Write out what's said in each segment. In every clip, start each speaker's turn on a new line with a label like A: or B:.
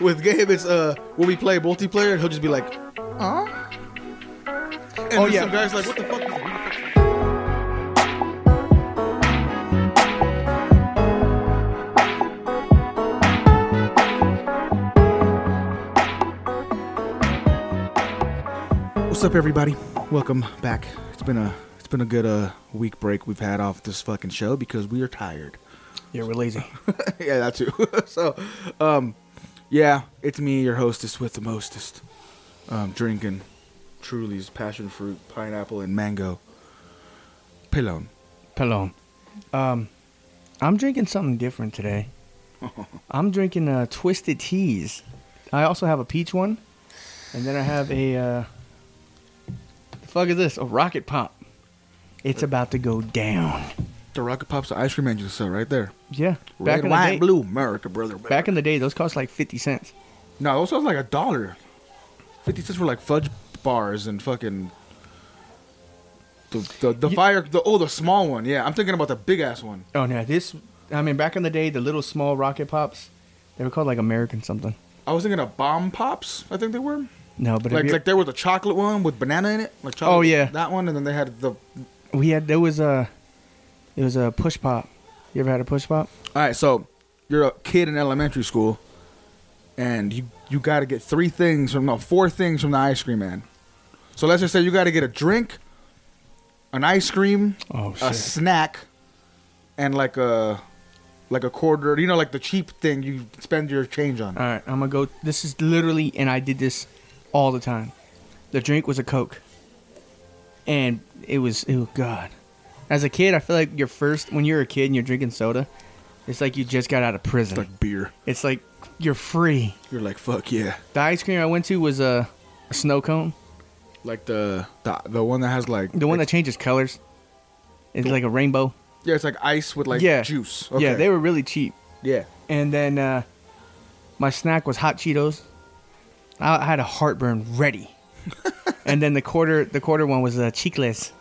A: With Gabe, it's uh when we play multiplayer, he'll just be like, huh? And
B: Oh,
A: then
B: yeah.
A: some guys like, what the fuck? Is
B: What's up, everybody? Welcome back. It's been a it's been a good uh week break we've had off this fucking show because we are tired.
A: yeah, we're lazy.
B: yeah, that too. so, um, yeah, it's me, your hostess with the mostest, um, drinking Truly's passion fruit, pineapple, and mango pilon.
C: Pelon. Um, I'm drinking something different today. I'm drinking uh, twisted teas. I also have a peach one, and then I have a uh, the fuck is this? A rocket pop. It's about to go down.
B: The rocket pops, the ice cream engine, so right there.
C: Yeah,
B: Red,
C: back in the
B: white,
C: day.
B: and blue, America, brother.
C: Back in the day, those cost like fifty cents.
B: no, those sounds like a dollar. Fifty cents for like fudge bars and fucking. The, the, the
C: You-
B: fire the oh the small one yeah I'm thinking about the big ass one
C: Oh no, this. I mean, back in the day, the little small rocket pops, they were called like American something.
B: I was thinking of bomb pops I think they were
C: No, but if
B: like
C: you-
B: like there was a chocolate one with banana in it. Like chocolate,
C: Oh, yeah.
B: that one, and then they had the. All
C: we had there was a, it was a push pop. You ever had a push pop?
B: right, so you're a kid in elementary school, and you you got to get three things from no four things from the ice cream man. So let's just say you got to get a drink, an ice cream,
C: Oh
B: a snack, and like a like a quarter. You know, like the cheap thing you spend your change on.
C: All right, I'm gonna go. This is literally, and I did this all the time. The drink was a Coke, and it was oh god. As a kid, I feel like your first when you're a kid and you're drinking soda, it's like you just got out of prison.
B: It's like beer.
C: it's like you're free.
B: You're like fuck yeah.
C: The ice cream I went to was a, a snow cone,
B: Like the the the one that has like
C: the one that changes colors. It's like a rainbow.
B: yeah, it's like ice with like
C: yeah,
B: juice.
C: Yeah,
B: Okay.
C: they were really cheap.
B: yeah.
C: And then uh, my snack was hot Cheetos. I I had a heartburn ready. and then the quarter, the quarter one was uh, chicles,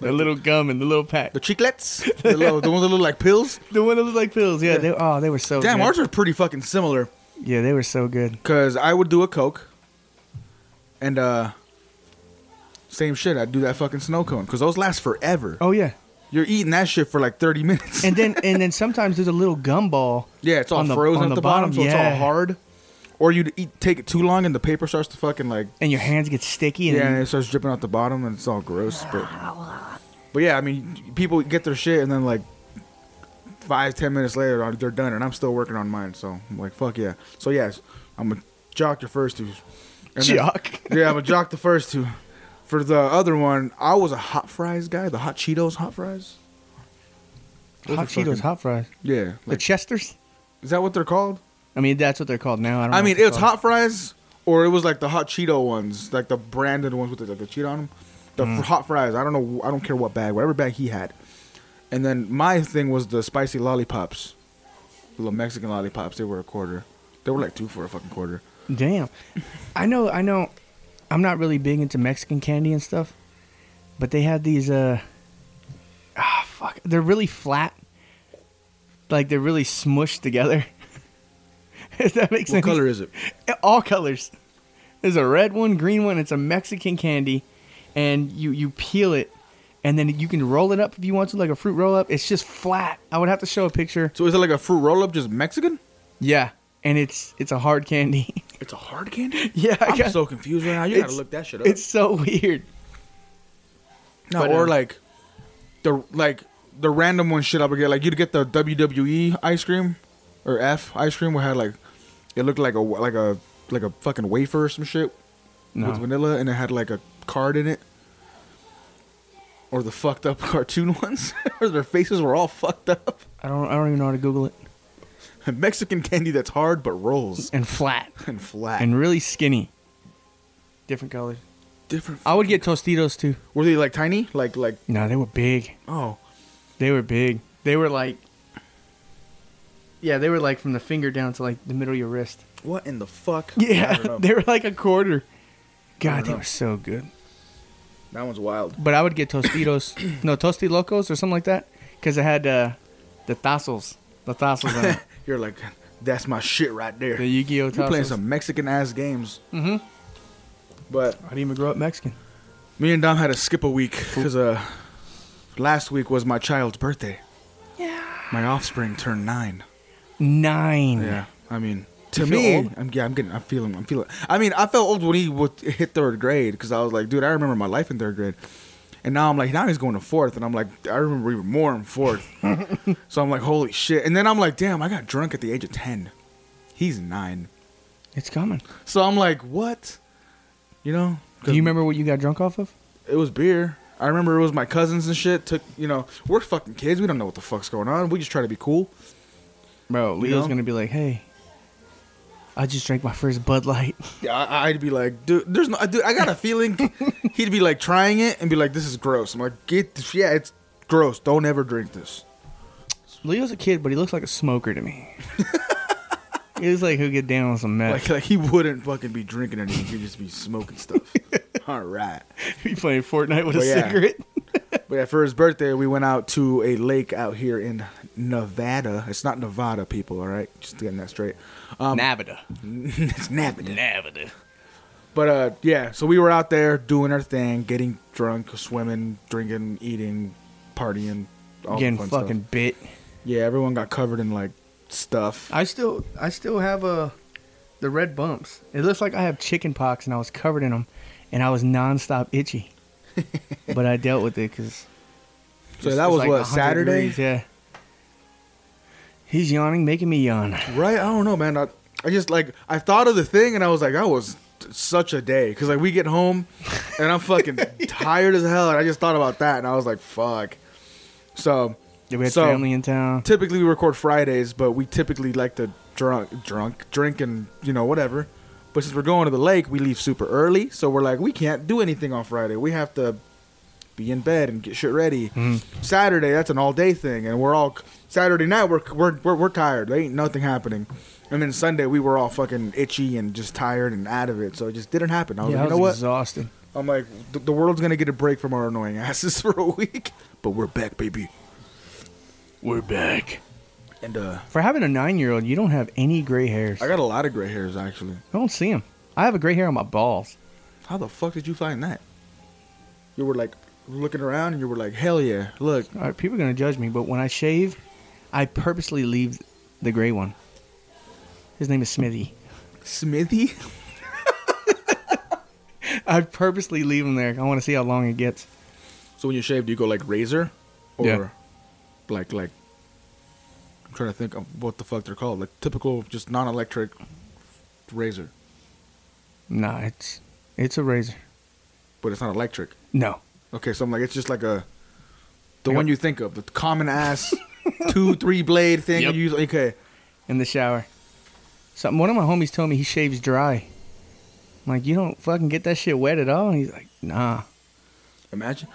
C: the little gum in the little pack,
B: The chiclets? the, little, the ones that look like pills?
C: the one that looked like pills. Yeah,
B: Yeah.
C: They, oh, they were so
B: Damn,
C: good.
B: ours are pretty fucking similar.
C: yeah, they were so good.
B: Cause I would do a Coke. And uh same shit, I'd do that fucking snow cone. Cause those last forever.
C: Oh yeah,
B: You're eating that shit for like thirty minutes.
C: and then and then sometimes there's a little gumball.
B: yeah, it's all
C: on the-
B: frozen
C: on
B: at
C: the
B: the bottom,
C: bottom,
B: so it's all
C: yeah.
B: hard. Or you'd eat take it too long and the paper starts to fucking like
C: And your hands get sticky. And
B: Yeah, and it starts dripping out the bottom and it's all gross. But But yeah, I mean people get their shit and then like five, ten minutes later uh, they're done and I'm still working on mine, so I'm like fuck yeah. So yes, I'm a jock your first two. And then-
C: Jock.
B: yeah, I'm a jock the first two. For the other one, I was a hot fries guy, the hot Cheetos hot fries. Those
C: hot
B: are
C: Cheetos,
B: fucking-
C: hot fries,
B: Yeah.
C: the
B: Like,
C: Chesters.
B: is that what they're called?
C: I mean, that's what they're called now. I don't.
B: I
C: know
B: mean,
C: what they're
B: it's
C: called.
B: hot fries, or it was like the hot Cheeto ones, like the branded ones with the, like the cheetah on them. The
C: Mm.
B: fr- hot fries. I don't know. I don't care what bag, whatever bag he had. And then my thing was the spicy lollipops, the little Mexican lollipops. They were a quarter. They were like two for a fucking quarter.
C: Damn. I know, I know, I'm not really big into Mexican candy and stuff, but they had these, uh, ah, fuck. They're really flat. Like, they're really smushed together. if that makes
B: What
C: sense.
B: color is it?
C: All colors. There's a red one, green one. It's a Mexican candy, and you you peel it, and then you can roll it up if you want to, like a fruit roll up. It's just flat. I would have to show a picture.
B: So is it like a fruit roll up, just Mexican?
C: Yeah, and it's it's a hard candy.
B: It's a hard candy.
C: yeah, I
B: I'm
C: got-
B: so confused right now. You gotta
C: It's-
B: look that shit up.
C: It's so weird.
B: No,
C: But,
B: or
C: um,
B: like the like the random one shit I would get. Like you'd get the WWE ice cream or F ice cream, where it had like it looked like a like a like a fucking wafer or some shit
C: No.
B: with vanilla, and it had like a card in it. Or the fucked up cartoon ones, where their faces were all fucked up.
C: I don't. I don't even know how to Google it.
B: Mexican candy that's hard but rolls
C: And flat.
B: and flat
C: And really skinny. Different colors.
B: different.
C: I would get Tostitos too.
B: Were they like tiny? Like like
C: No, they were big.
B: oh
C: They were big. They were like. Yeah, they were like from the finger down to like the middle of your wrist.
B: what in the fuck? I don't
C: Yeah,
B: know.
C: they were like a quarter. God,
B: don't
C: they
B: know.
C: were so good.
B: that one's wild.
C: But I would get Tostitos, no Tosti Locos or something like that, because it had uh, the tassels, the tassels. In it.
B: You're like That's my shit right there.
C: The Yu-Gi-Oh!
B: You're playing
C: tassels.
B: some Mexican ass games.
C: Mhm.
B: But
C: I didn't even grow up Mexican.
B: me and Dom had to skip a week because uh, last week was my child's birthday. Yeah. My offspring turned nine.
C: Nine.
B: Yeah. I mean, to
C: You feel
B: me,
C: old?
B: I'm yeah, I'm getting, I'm feeling, I'm feeling. I mean, I felt old when he would hit third grade because I was like, dude, I remember my life in third grade, and now I'm like, now he's going to fourth, and I'm like, I remember even more in fourth. so I'm like, holy shit, and then I'm like, damn, I got drunk at the age of ten. He's nine,
C: It's coming.
B: so I'm like, what? You know?
C: Do
B: 'cause
C: you remember what you got drunk off of?
B: It was beer. I remember it was my cousins and shit. Took you know, we're fucking kids. We don't know what the fuck's going on. We just try to be cool.
C: Bro, Leo's
B: know?
C: gonna be like, hey, I just drank my first Bud Light.
B: Yeah, I, I'd be like, dude, there's no, dude, I got a feeling he'd be like trying it and be like, this is gross. I'm like, get, this, yeah, it's gross. Don't ever drink this.
C: Leo's a kid, but he looks like a smoker to me. he looks like he'll get down on some meth.
B: Like, like he wouldn't fucking be drinking anything. He'd just be smoking stuff. All right.
C: He playing Fortnite with a
B: Well, yeah.
C: cigarette.
B: But yeah, for his birthday, we went out to a lake out here in Nevada. It's not Nevada, people. All right, just getting that straight. Um,
C: Navida.
B: it's Nevada.
C: Navida.
B: But uh, yeah, so we were out there doing our thing, getting drunk, swimming, drinking, eating, partying, all
C: Getting
B: the fun stuff.
C: fucking bit.
B: Yeah, everyone got covered in like stuff.
C: I still, I still have uh, the red bumps. It looks like I have chicken pox, and I was covered in them, and I was nonstop itchy. but I dealt with it because.
B: So that was what Saturday,
C: yeah. He's yawning, making me yawn.
B: right? I don't know, man. I, I just like I thought of the thing and I was like, that was such a day because like we get home and I'm fucking tired as hell and I just thought about that and I was like, fuck. So
C: Yeah, we had
B: So-
C: family in town.
B: typically we record Fridays, but we typically like to drunk, drunk, drink, and you know whatever. But since we're going to the lake, we leave super early, so we're like, we can't do anything on Friday. We have to be in bed and get shit ready.
C: Mm-hmm.
B: Saturday, that's an all day thing, and we're all Saturday night. We're we're we're, we're tired. There ain't nothing happening. And then Sunday, we were all fucking itchy and just tired and out of it. So it just didn't happen. I was
C: yeah,
B: like,
C: I
B: you
C: was
B: know what?
C: exhausted.
B: I'm like, the, the world's gonna get a break from our annoying asses for a week, but we're back, baby.
C: We're back.
B: And uh,
C: For having a nine-year-old, you don't have any gray hairs.
B: I got a lot of gray hairs actually.
C: I don't see them. I have a gray hair on my balls.
B: How the fuck did you find that? You were like looking around and you were like, hell yeah, look.
C: All right, people are gonna judge me, but when I shave, I purposely leave the gray one. His name is Smithy.
B: Smithy?
C: I purposely leave him there. I want to see how long it gets.
B: So when you shave, do you go like razor? Or
C: Yeah.
B: like, like, I'm trying to think of what the fuck they're called. Like typical, just non electric razor,
C: Nah, it's it's a razor.
B: but it's not electric.
C: No,
B: Okay, so I'm like, it's just like a, the
C: Yep.
B: one you think of, the common ass two, three blade thing.
C: Yep.
B: You use, okay.
C: in the shower. Something. One of my homies told me he shaves dry. I'm like, you don't fucking get that shit wet at all. And he's like, nah.
B: Imagine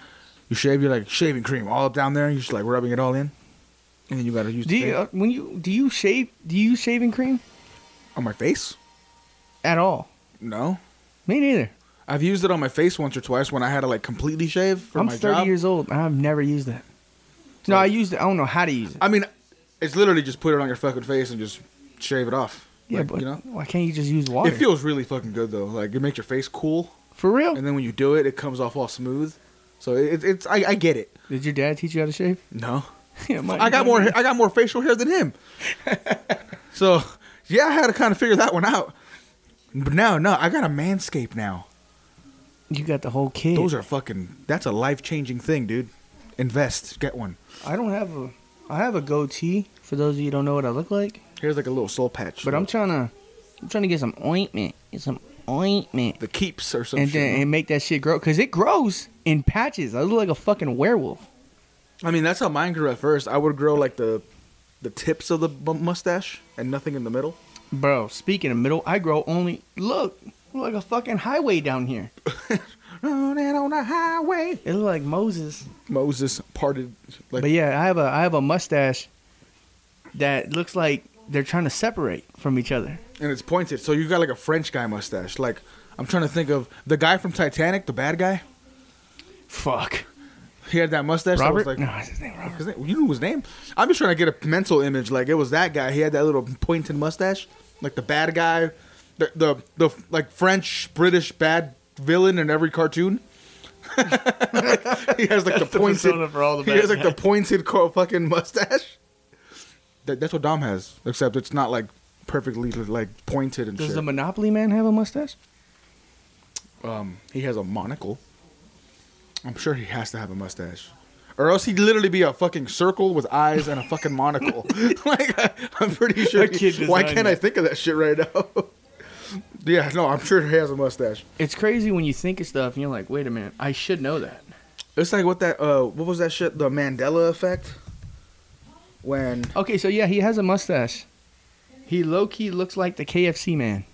B: you shave, you're like shaving cream all up down there, and you're just like rubbing it all in. And then you gotta use
C: Do
B: the
C: you
B: thing
C: uh, when you do you shave do you use shaving cream uh,
B: on my face.
C: at all?
B: No.
C: Me neither.
B: I've used it on my face once or twice when I had to like completely shave for
C: I'm
B: my
C: 30
B: job.
C: years old. and I've never used that. No, I used it. I don't know how to use it.
B: I mean, it's literally just put it on your fucking face and just shave it off.
C: yeah,
B: Like,
C: but
B: you know,
C: why can't you just use water?
B: it feels really fucking good though. Like it makes your face cool,
C: For real?
B: and then when you do it, it comes off all smooth. So it, it's I, I get it.
C: Did your dad teach you how to shave?
B: No,
C: yeah, my-
B: I got more I got more facial hair than him. so yeah, I had to kind of figure that one out. But no, no, I got a manscape now.
C: You got the whole kid.
B: Those are fucking. That's a life changing thing, dude. Invest, get one.
C: I don't have a. I have a goatee. For those of you who don't know what I look like,
B: Here's like a little soul patch.
C: but I'm trying to. I'm trying to get some ointment. Get some ointment.
B: the keeps or something.
C: And then and make that shit grow, cause it grows in patches. I look like a fucking werewolf.
B: I mean, that's how mine grew at first. I would grow like the the tips of the bu- mustache and nothing in the middle.
C: Bro, speaking of middle, I grow only look, look like a fucking highway down here.
B: Running on the highway.
C: It look like Moses.
B: Moses parted. Like
C: But yeah, I have a I have a mustache that looks like they're trying to separate from each other.
B: and it's pointed. So you got like a French guy mustache. Like I'm trying to think of the guy from Titanic, the bad guy.
C: Fuck.
B: He had that mustache.
C: Robert?
B: I was
C: no,
B: like,
C: it's his name Robert.
B: his name, you knew his name. I'm just trying to get a mental image. Like it was that guy. He had that little pointed mustache, like the bad guy, the the, the like French British bad villain in every cartoon. he has like the
C: the
B: pointed.
C: persona for all the
B: he has
C: bad
B: like the pointed co- fucking mustache. That, that's what Dom has, except it's not like perfectly like pointed and
C: Does
B: shit.
C: the Monopoly man have a mustache?
B: Um, he has a monocle. I'm sure he has to have a mustache. Or else he'd literally be a fucking circle with eyes and a fucking monocle. like, I, I'm pretty sure.
C: A kid
B: he- why
C: designed
B: can't I
C: that.
B: think of that shit right now? yeah, no, I'm sure he has a mustache.
C: It's crazy when you think of stuff and you're like, wait a minute, I should know that.
B: It's like what that, uh, what was that shit? The Mandela effect? When.
C: Okay, so yeah, he has a mustache. He low key looks like the KFC man.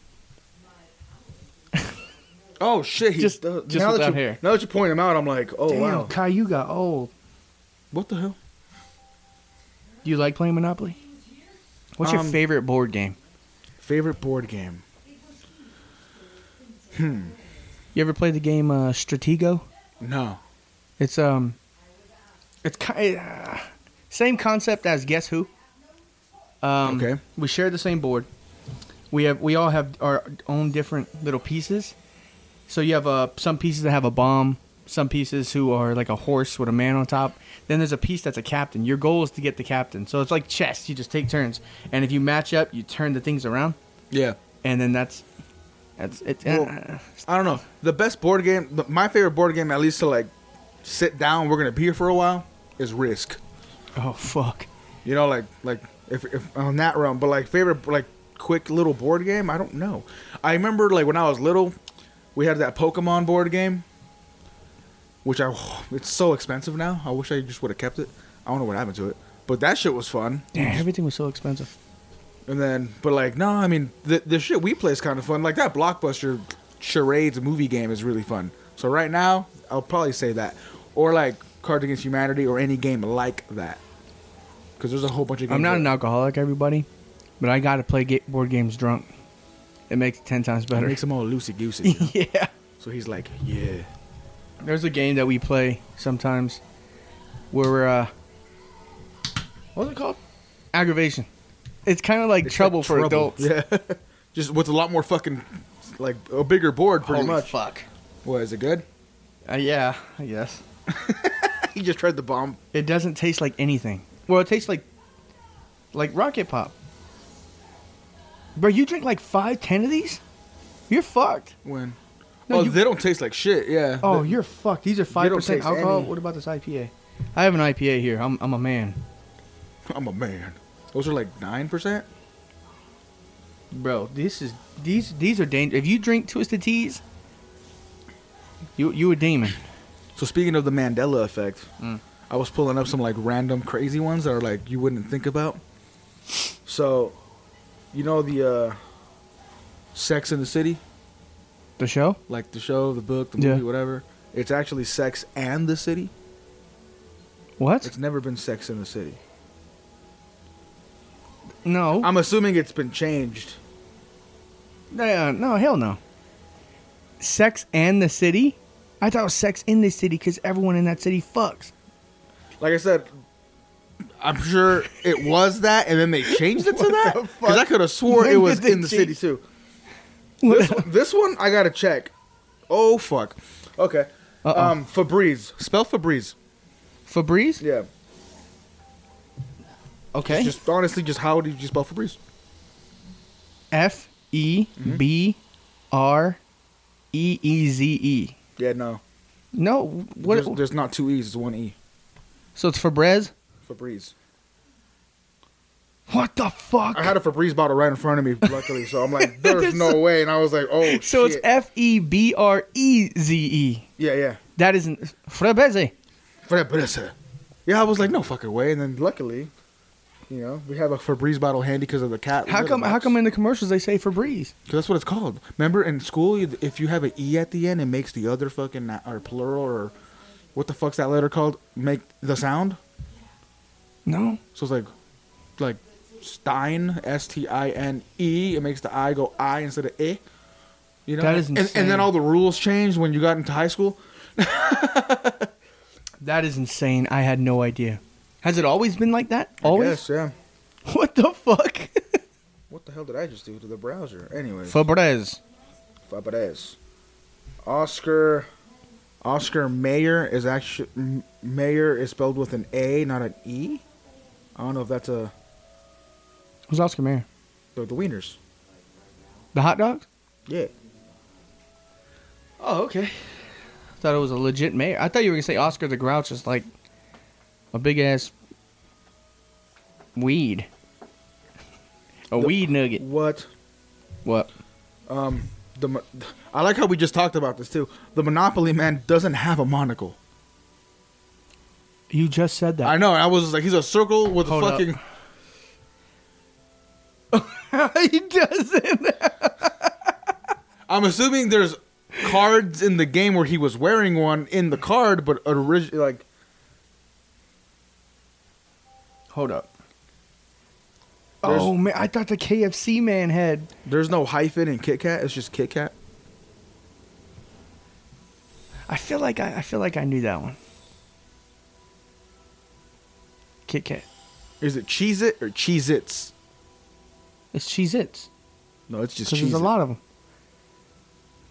B: Oh shit! He,
C: Just-
B: does-
C: just
B: now that
C: without
B: you,
C: hair.
B: Now that you point him out, I'm like, oh
C: Damn,
B: wow,
C: Kai, you got old.
B: what the hell?
C: Do you like playing Monopoly? What's your
B: Um,
C: favorite board game?
B: Favorite board game?
C: You ever played the game uh, Stratego?
B: No.
C: It's um, it's kind uh, same concept as Guess Who. Um,
B: Okay.
C: We share the same board. We have we all have our own different little pieces. So you have uh, some pieces that have a bomb, some pieces who are like a horse with a man on top. Then there's a piece that's a captain. Your goal is to get the captain. So it's like chess. You just take turns, and if you match up, you turn the things around,
B: Yeah.
C: and then that's that's it.
B: Well,
C: uh,
B: I don't know. The best board game, the- my favorite board game, at least to like sit down, we're gonna be here for a while, is Risk.
C: oh fuck.
B: You know, like like if, if on that realm, but like favorite like quick little board game, I don't know. I remember like when I was little, we had that Pokemon board game, which I it's so expensive now. I wish I just would have kept it. I don't know what happened to it, but that shit was fun.
C: Damn, everything was so expensive.
B: And then, but like, no, I mean, the, the shit we play is kind of fun. Like that blockbuster charades movie game is really fun. So right now, I'll probably say that, or like Cards Against Humanity, or any game like that, because there's a whole bunch of games.
C: I'm not
B: that-
C: an alcoholic, everybody, but I gotta play ga- board games drunk. It makes it ten times
B: It
C: better.
B: makes them all loosey goosey.
C: yeah.
B: so he's like, yeah,
C: There's a game that we play sometimes where we're, uh, what's it called? Aggravation. It's kind of like
B: It's
C: trouble
B: like
C: for adults.
B: Yeah, just with a lot more fucking, like a bigger board, pretty
C: Holy
B: much.
C: fuck.
B: What is it good?
C: Uh, yeah, I guess.
B: he just tried the bomb.
C: It doesn't taste like anything. Well, it tastes like, like Rocket Pop. Bro, you drink like five, ten of these? You're fucked.
B: When?
C: No,
B: oh,
C: you-
B: they don't taste like shit. Yeah.
C: Oh,
B: The-
C: you're fucked. These are
B: don't
C: five percent
B: taste
C: alcohol.
B: any.
C: What about this IPA? I have an IPA here. I'm I'm a man,
B: I'm a man. Those are like nine percent.
C: bro. This is these these are dangerous. If you drink Twisted Teas, you you a demon.
B: So speaking of the Mandela effect,
C: Mm.
B: I was pulling up some like random crazy ones that are like you wouldn't think about. So, you know the uh Sex in the City,
C: The show?
B: like the show, the book, the
C: Yeah.
B: movie, whatever. It's actually Sex and the City.
C: What?
B: It's never been Sex in the City.
C: no.
B: I'm assuming it's been changed.
C: Uh, no, hell no. Sex and the City. I thought it was Sex in the City because everyone in that city fucks.
B: Like I said, I'm sure it was that, and then they changed it to
C: What
B: that.
C: the
B: Because I
C: fuck?
B: could have swore
C: When
B: it was
C: did they
B: in the city
C: change-
B: too. This one, this one I gotta check. Oh fuck. Okay.
C: Uh-oh.
B: Um, Febreze. Spell Febreze.
C: Febreze?
B: Yeah.
C: Okay.
B: It's Just honestly, just how did you spell Febreze?
C: F E
B: Mm-hmm.
C: B R E E Z E.
B: Yeah, no.
C: No. What?
B: There's, there's not two e's. It's one e.
C: so it's Febreze.
B: Febreze.
C: What the fuck?
B: I had a Febreze bottle right in front of me, luckily. So I'm like, there's
C: There's
B: no
C: so-
B: way. And I was like, oh
C: so
B: shit.
C: it's F E B R E Z E.
B: yeah, yeah.
C: That isn't Frebeze.
B: Febreze. Yeah, I was like, no fucking way. And then luckily, you know, we have a Febreze bottle handy because of the cat.
C: How
B: litter
C: come? How
B: box.
C: come in the commercials they say Febreze?
B: 'Cause that's what it's called. Remember in school, you- if you have an e at the end, it makes the other fucking na- or plural or what the fuck's that letter called? Make the sound.
C: No.
B: So it's like, like Stein, S T I N E. It makes the I go I instead of E. You know,
C: That is
B: and, and
C: insane.
B: then all the rules changed when you got into high school.
C: That is insane. I had no idea. Has it always been like that?
B: Yes,
C: Always?
B: yeah.
C: What the fuck?
B: What the hell did I just do to the browser? Anyway,
C: Fabrez.
B: Fabrez. Oscar. Oscar Mayer is actually Mayer is spelled with an A, not an E. I don't know if that's a
C: Who's Oscar Mayer?
B: the, the wieners.
C: The hot dog?
B: Yeah.
C: Oh, okay. I thought it was a legit mayor. I thought you were gonna say Oscar the Grouch is like a big ass weed. A
B: The-
C: weed nugget.
B: What?
C: What?
B: Um. The mo- I like how we just talked about this too. The Monopoly man doesn't have a monocle.
C: You just said that.
B: I know. I was like, he's a circle with
C: Hold
B: a
C: up.
B: fucking.
C: he doesn't.
B: I'm assuming there's cards in the game where he was wearing one in the card, but originally like
C: Hold up.
B: There's-
C: oh man, I thought the KFC man had.
B: there's no hyphen in Kit Kat. It's just Kit Kat.
C: I feel like I, I feel like I knew that one. Kit Kat.
B: Is it Cheez It or Cheez Its?
C: It's Cheez Its.
B: No, it's just
C: Because
B: Cheez.
C: there's a
B: It.
C: lot of them.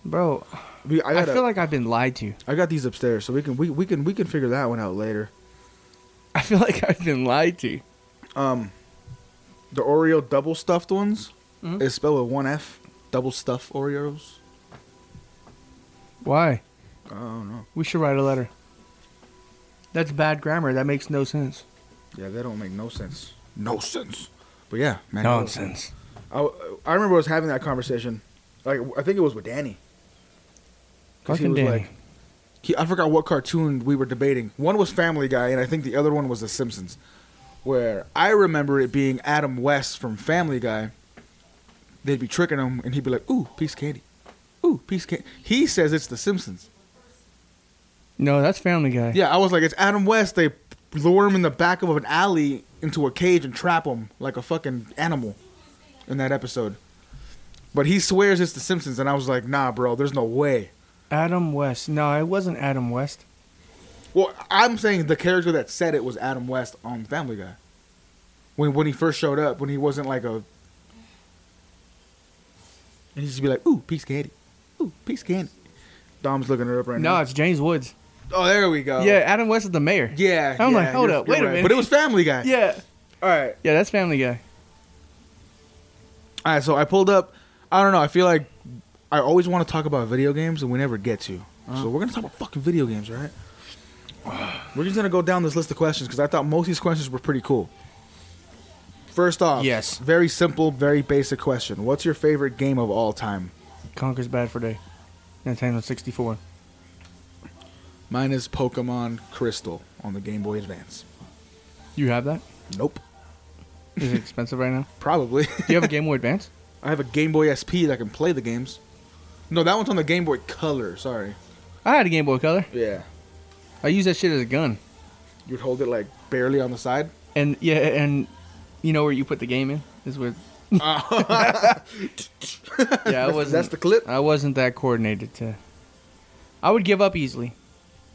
C: Bro,
B: We, I,
C: I,
B: gotta, I
C: feel like I've been lied to.
B: got these upstairs, so we can we, we can we can figure that one out later.
C: I feel like I've been lied to.
B: Um, the Oreo double stuffed ones
C: Mhm.
B: is spelled with one F. Double stuffed Oreos.
C: Why?
B: I don't know.
C: We should write a letter. That's bad grammar. That makes no sense.
B: Yeah, they don't make no sense. No sense. But yeah, man.
C: Nonsense.
B: I, I remember I was having that conversation. Like I think it was with Danny. 'Cause he
C: Fucking
B: was
C: Danny.
B: like- he, I forgot what cartoon we were debating. One was Family Guy, and I think the other one was The Simpsons. Where I remember it being Adam West from Family Guy. They'd be tricking him, and he'd be like, "Ooh, piece of candy, ooh, piece of candy." He says it's The Simpsons.
C: no, that's Family Guy.
B: Yeah, I was like, it's Adam West. They lure him in the back of an alley into a cage and trap him like a fucking animal in that episode. But he swears it's The Simpsons, and I was like, nah, bro, there's no way.
C: Adam West. No, it wasn't Adam West.
B: Well, I'm saying the character that said it was Adam West on Family Guy. When when he first showed up, when he wasn't like a, and he just be like, "Ooh, piece of candy, ooh, piece of candy." Dom's looking it up right
C: No,
B: now.
C: it's James Woods.
B: Oh, there we go.
C: Yeah, Adam West is the mayor.
B: yeah.
C: I'm
B: yeah,
C: like, hold
B: you're-
C: up, wait
B: you're
C: a
B: right.
C: minute.
B: But it was Family Guy.
C: Yeah.
B: All right.
C: Yeah, that's Family Guy.
B: All right. So I pulled up. I don't know. I feel like I always want to talk about video games, and we never get to. So we're gonna talk about fucking video games, all right? We're just gonna go down this list of questions because I thought most of these questions were pretty cool. First off,
C: Yes.
B: very simple, very basic question. What's your favorite game of all time?
C: Conquers Bad for Day. Nintendo 64.
B: Mine is Pokemon Crystal on the Game Boy Advance.
C: You have that?
B: Nope,
C: Is it expensive right now?
B: probably.
C: Do you have a Game Boy Advance?
B: I have a Game Boy SP that can play the games. No, that one's on the Game Boy Color. Sorry.
C: I had a Game Boy Color.
B: Yeah,
C: I used that shit as a gun.
B: you'd hold it like barely on the side.
C: And yeah, and you know where you put the game in is where. yeah, I
B: Uh, That's-
C: wasn't.
B: that's the clip?
C: I wasn't that coordinated to. I would give up easily.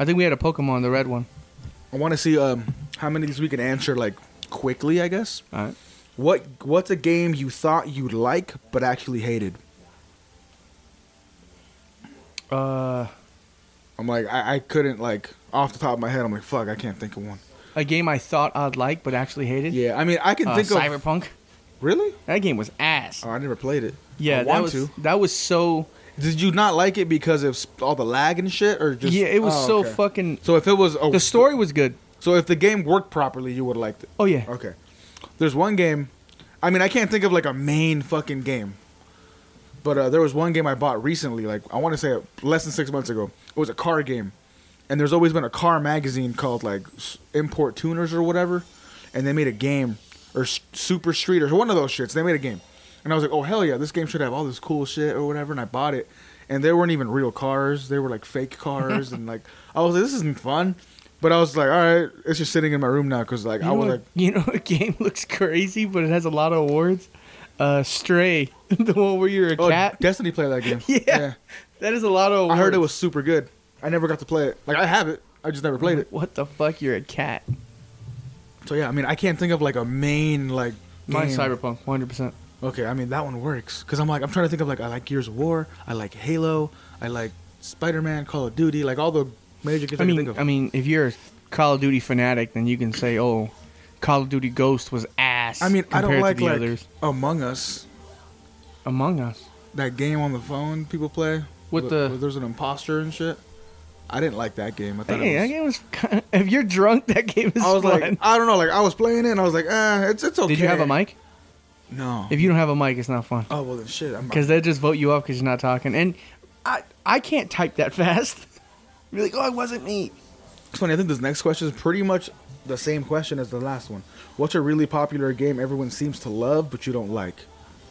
C: I think we had a Pokemon, the red one.
B: I want to see um, how many of these we can answer like quickly. I guess.
C: All right.
B: What What's a game you thought you'd like but actually hated?
C: Uh,
B: I'm like, I, I couldn't like off the top of my head. I'm like, fuck, I can't think of one.
C: a game I thought I'd like but actually hated.
B: Yeah, I mean, I can
C: Uh,
B: think of
C: Cyberpunk.
B: really.
C: That game was ass.
B: Oh, I never played it.
C: yeah,
B: I
C: that
B: want
C: was
B: to.
C: that was so.
B: Did you not like it because of sp- all the lag and shit, or just?
C: yeah, it was
B: Oh,
C: so
B: okay.
C: fucking.
B: So if it was a,
C: The story was good.
B: so if the game worked properly, you would have liked it.
C: Oh yeah.
B: Okay. There's one game. I mean, I can't think of like a main fucking game. But uh, there was one game I bought recently, like I want to say less than six months ago. It was a car game, and there's always been a car magazine called like S- Import Tuners or whatever, and they made a game or S- Super Street or one of those shits. They made a game, and I was like, oh hell yeah, this game should have all this cool shit or whatever, and I bought it, and they weren't even real cars. They were like fake cars, and like I was like, this isn't fun. But I was like, all right, it's just sitting in my room now because like
C: You
B: I
C: know,
B: was
C: what-
B: like.
C: you know, a game looks crazy, but it has a lot of awards. Uh, Stray, the one where you're a
B: Oh,
C: cat.
B: Destiny played that game.
C: Yeah. That is a lot
B: I
C: of awards.
B: heard it was super good. I never got to play it. Like I have it. I just never played it.
C: What the fuck? You're a cat.
B: So yeah, I mean, I can't think of like a main like.
C: Mine's
B: game.
C: Cyberpunk, 100%.
B: Okay, I mean that one works because I'm like I'm trying to think of like I like Gears of War, I like Halo, I like Spider Man, Call of Duty, like all the major games I, can
C: I mean, um,
B: think of.
C: I mean, if you're a Call of Duty fanatic, then you can say, "Oh, Call of Duty Ghost was ass."
B: I mean, I
C: compared
B: don't
C: to
B: like
C: the
B: like
C: others.
B: Among Us,
C: Among Us.
B: that game on the phone people play.
C: With
B: where-
C: the-
B: where there's an imposter and shit. I didn't like that game. I thought
C: Hey,
B: it
C: that
B: was.
C: game was. Kind of, if you're drunk, that game is.
B: I was
C: fun.
B: like, I don't know, like I was playing it and I was like, eh, it's it's okay.
C: Did you have a mic?
B: No.
C: If you don't have a mic, it's not fun
B: oh well, then shit. I'm
C: because they just vote you off because you're not talking. And I, I can't type that fast. You're like, "Oh, it wasn't me."
B: It's funny. I think this next question is pretty much the same question as the last one. What's a really popular game everyone seems to love but you don't like?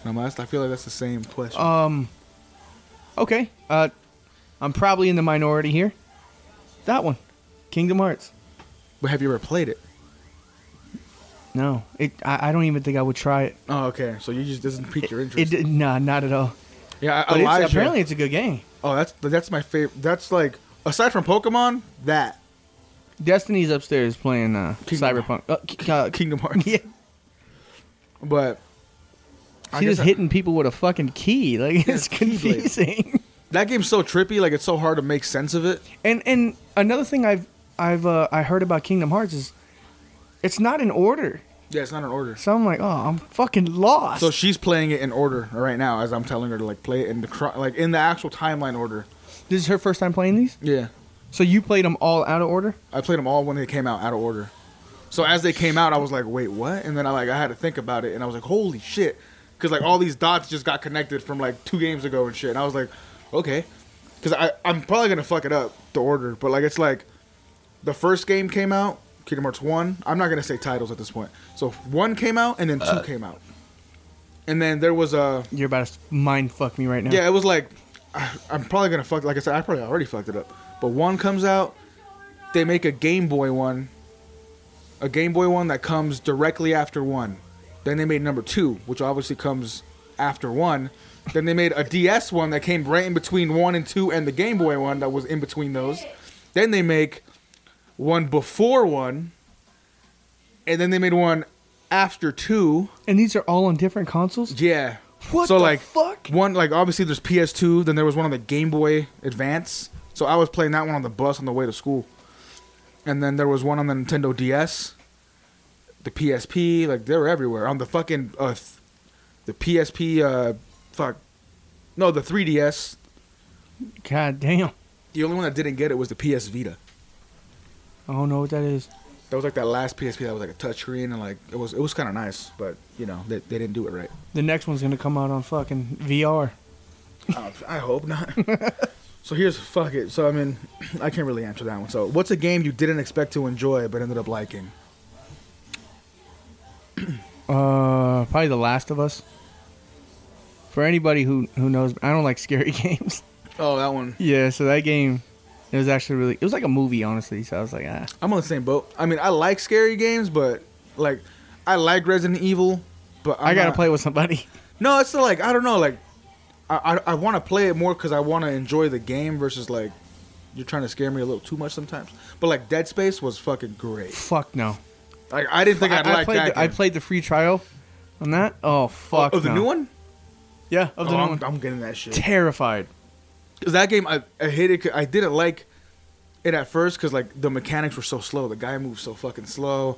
B: And I'm asked. I feel like that's the same question.
C: Um. Okay. Uh, I'm probably in the minority here. That one, Kingdom Hearts.
B: but have you ever played it?
C: No, it. I, I don't even think I would try it.
B: Oh, okay. So you just doesn't pique your
C: It
B: interest.
C: did nah, not at all.
B: yeah,
C: But
B: Elijah.
C: it's, apparently, it's a good game.
B: Oh, that's that's my favorite. That's like aside from Pokemon, that
C: Destiny's upstairs playing uh,
B: Kingdom-
C: Cyberpunk. Uh, K- uh,
B: Kingdom Hearts.
C: yeah,
B: But I
C: she
B: guess
C: just
B: I-
C: hitting people with a fucking key. Like it's
B: key blade.
C: confusing.
B: that game's so trippy. Like it's so hard to make sense of it.
C: and and another thing I've I've uh, I heard about Kingdom Hearts is it's not in order.
B: Yeah, it's not in order.
C: So I'm like, oh, I'm fucking lost.
B: So she's playing it in order right now, as I'm telling her to like play it in the chro- like in the actual timeline order.
C: this is her first time playing these.
B: Yeah,
C: So you played them all out of order.
B: I played them all when they came out out of order. So as they came out, I was like, wait, what? And then I like I had to think about it, and I was like, holy shit, because like all these dots just got connected from like two games ago and shit. And I was like, okay, because I I'm probably gonna fuck it up the order, but like it's like the first game came out, Kingdom Hearts one. I'm not gonna say titles at this point. So one came out, and then two came out, and then there was a
C: You're about to s- mind fuck me right now.
B: yeah, it was like I, I'm probably gonna fuck. Like I said, I probably already fucked it up. But one comes out, they make a Game Boy one, a Game Boy one that comes directly after one. Then they made number two, which obviously comes after one. Then they made a DS one that came right in between one and two, and the Game Boy one that was in between those. Then they make one before one, and then they made one after two.
C: And these are all on different consoles.
B: Yeah.
C: What
B: so
C: the
B: like
C: fuck?
B: one like obviously there's PS2, then there was one on the Game Boy Advance. So I was playing that one on the bus on the way to school. And then there was one on the Nintendo DS, the PSP, like they were everywhere on the fucking uh th- the PSP uh fuck no, the 3DS.
C: God damn.
B: The only one that didn't get it was the PS Vita.
C: I don't know what that is.
B: That was like that last PSP that was like a touchscreen and like it was it was kind of nice, but you know, they, they didn't do it right.
C: The next one's gonna come out on fucking VR.
B: Uh, I hope not. so here's fuck it. So I mean, I can't really answer that one. So what's a game you didn't expect to enjoy but ended up liking?
C: Uh, probably The Last of Us. For anybody who who knows, I don't like scary games.
B: Oh, that one.
C: Yeah, so that game, it was actually really, it was like a movie, honestly. So I was like, ah,
B: I'm on the same boat. I mean, I like scary games, but like, I like Resident Evil, but I'm
C: i got to
B: not-
C: play with somebody.
B: No, it's like I don't know. Like, I I, I want to play it more because I want to enjoy the game versus like, you're trying to scare me a little too much sometimes. But like, Dead Space was fucking great.
C: Fuck no.
B: Like, I didn't think I'd like
C: played
B: that.
C: the, I
B: game.
C: played the free trial on that. Oh fuck.
B: Oh, the
C: no.
B: new one.
C: Yeah, of the
B: oh,
C: new
B: I'm,
C: one.
B: I'm getting that shit.
C: Terrified.
B: Cause that game, I, I hated. I didn't like it at first because like the mechanics were so slow. The guy moves so fucking slow,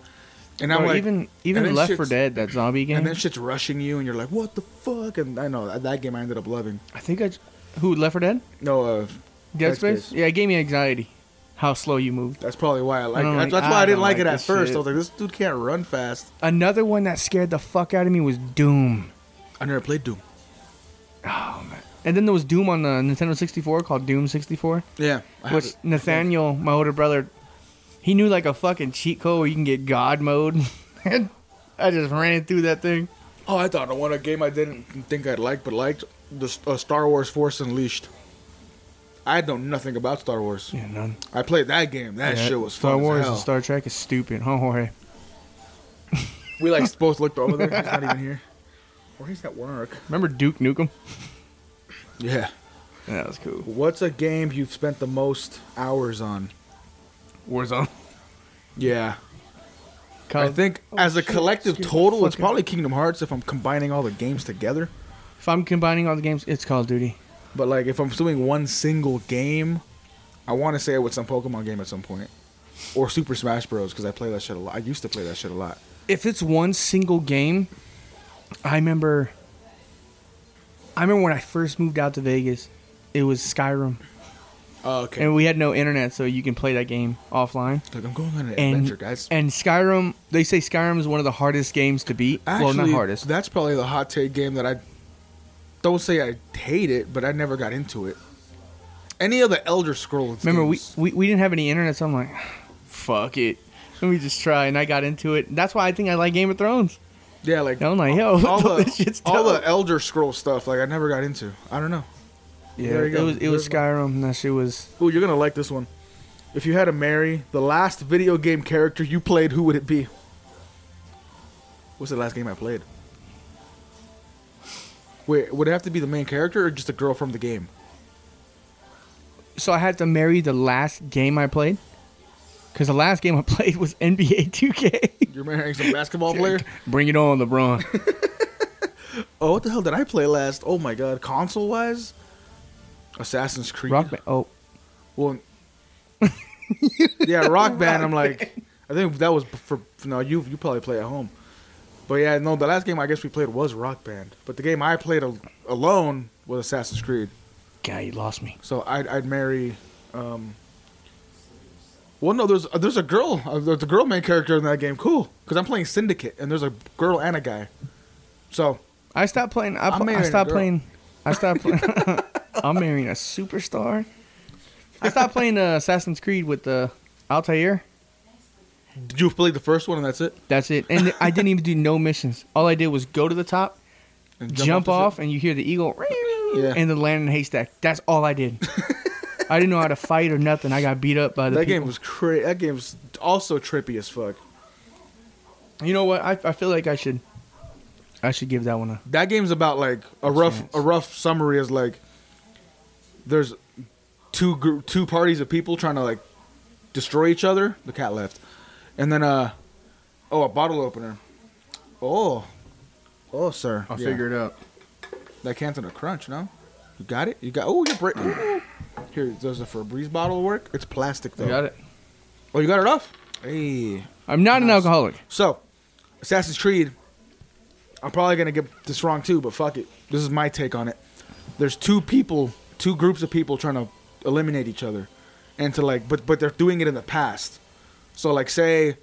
B: and I'm
C: Bro,
B: like,
C: even
B: then
C: even Left for
B: shit's-
C: Dead, that zombie game.
B: and then shit's rushing you, and you're like, what the fuck? And I know that, that game I ended up loving.
C: I think I, j- who Left for Dead?
B: No, uh,
C: Dead
B: Dead
C: Space?
B: Space.
C: Yeah, it gave me anxiety. How slow you moved.
B: that's probably why I like.
C: I'm
B: it.
C: like,
B: that's why I,
C: I
B: didn't
C: don't
B: like,
C: like
B: it at
C: this
B: first.
C: shit.
B: I was like, this dude can't run fast.
C: Another one that scared the fuck out of me was Doom.
B: I never played Doom.
C: And then there was Doom on the Nintendo 64 called Doom 64,
B: Yeah, I
C: which
B: haven't-
C: Nathaniel, my older brother, he knew like a fucking cheat code where you can get God mode. and I just ran through that thing.
B: oh, I thought I won a game I didn't think I'd like, but liked the uh, Star Wars Force Unleashed. I know nothing about Star Wars.
C: Yeah, none.
B: I played that game. That
C: Yeah,
B: shit was
C: Star
B: fun as
C: Wars
B: hell.
C: and Star Trek is stupid. Oh, Don't worry.
B: We like both looked over there. He's not even here. Or he's at work.
C: Remember Duke Nukem?
B: Yeah.
C: That was cool.
B: What's a game you've spent the most hours on?
C: Warzone.
B: Yeah. I
C: Call-
B: think
C: Oh,
B: as a
C: shit,
B: collective
C: excuse me,
B: total, it's
C: fucker.
B: probably Kingdom Hearts if I'm combining all the games together.
C: if I'm combining all the games, it's Call of Duty.
B: But like if I'm doing one single game, I want to say it with some Pokemon game at some point, or Super Smash Bros. Because I play that shit a lot. I used to play that shit a lot.
C: If it's one single game, I remember. I remember when I first moved out to Vegas, it was Skyrim,
B: Oh, okay.
C: and we had no internet, so you can play that game offline.
B: like I'm going on an
C: And
B: adventure, guys.
C: and Skyrim, they say Skyrim is one of the hardest games to beat.
B: Actually,
C: well, not hardest.
B: That's probably the hot take game that I don't say I hate it, but I never got into it. Any of the Elder Scrolls?
C: Remember, we,
B: games.
C: we we didn't have any internet, so I'm like, fuck it. Let me just try, and I got into it. That's why I think I like Game of Thrones.
B: yeah, like
C: I'm like, yo,
B: all
C: this
B: the
C: shit's
B: all
C: dope.
B: the Elder Scroll stuff. Like I never got into. I don't know.
C: Yeah,
B: There you
C: it
B: go.
C: was it was
B: There's my-
C: Skyrim. and That shit was
B: Ooh, you're gonna like this one. If you had to marry the last video game character you played, who would it be? What's the last game I played? Wait, would it have to be the main character or just a girl from the game?
C: so I had to marry the last game I played because the last game I played was NBA 2K.
B: You're marrying some basketball player.
C: Bring it on, LeBron.
B: Oh, what the hell did I play last? Oh my god, console wise, Assassin's Creed.
C: Rock Band. Oh,
B: Well, yeah, Rock Band. I'm like, I think that was for no. You you probably play at home, but yeah, no. The last game I guess we played was Rock Band, but the game I played al- alone was Assassin's Creed.
C: God, you lost me.
B: So I'd I'd marry. Um, well, no, there's there's a girl, uh, there's a girl main character in that game. Cool, because I'm playing Syndicate, and there's a girl and a guy. So
C: I stopped playing. I,
B: I'm
C: pl- I
B: marrying a
C: stopped
B: girl.
C: playing. I stopped playing. I'm marrying a superstar. I stopped playing uh, Assassin's Creed with uh, Altair.
B: did you play the first one, and that's it?
C: That's it. And I didn't even do no missions. All I did was go to the top,
B: And
C: jump,
B: the ship?
C: off, and you hear the eagle
B: Yeah.
C: and the land in the haystack. That's all I did. I didn't know how to fight or nothing. I got beat up by the
B: That
C: people.
B: game was cra- That game's also trippy as fuck.
C: You know what? I, I feel like I should I should give that one a
B: That game's about like a rough
C: chance.
B: a rough summary is like there's two gr- two parties of people trying to like destroy each other. The cat left, and then uh oh a bottle opener. Oh, oh sir, Yeah.
A: it out.
B: that can's in a crunch. No, you got it. You got oh you're bra- ooh. here. Does the Febreze bottle work? It's plastic though.
C: it.
B: Oh, you got it off. Hey,
C: I'm not an alcoholic.
B: So, Assassin's Creed. I'm probably gonna get this wrong too, but fuck it. This is my take on it. There's two people, two groups of people trying to eliminate each other, and to like, but but they're doing it in the past. So like, say,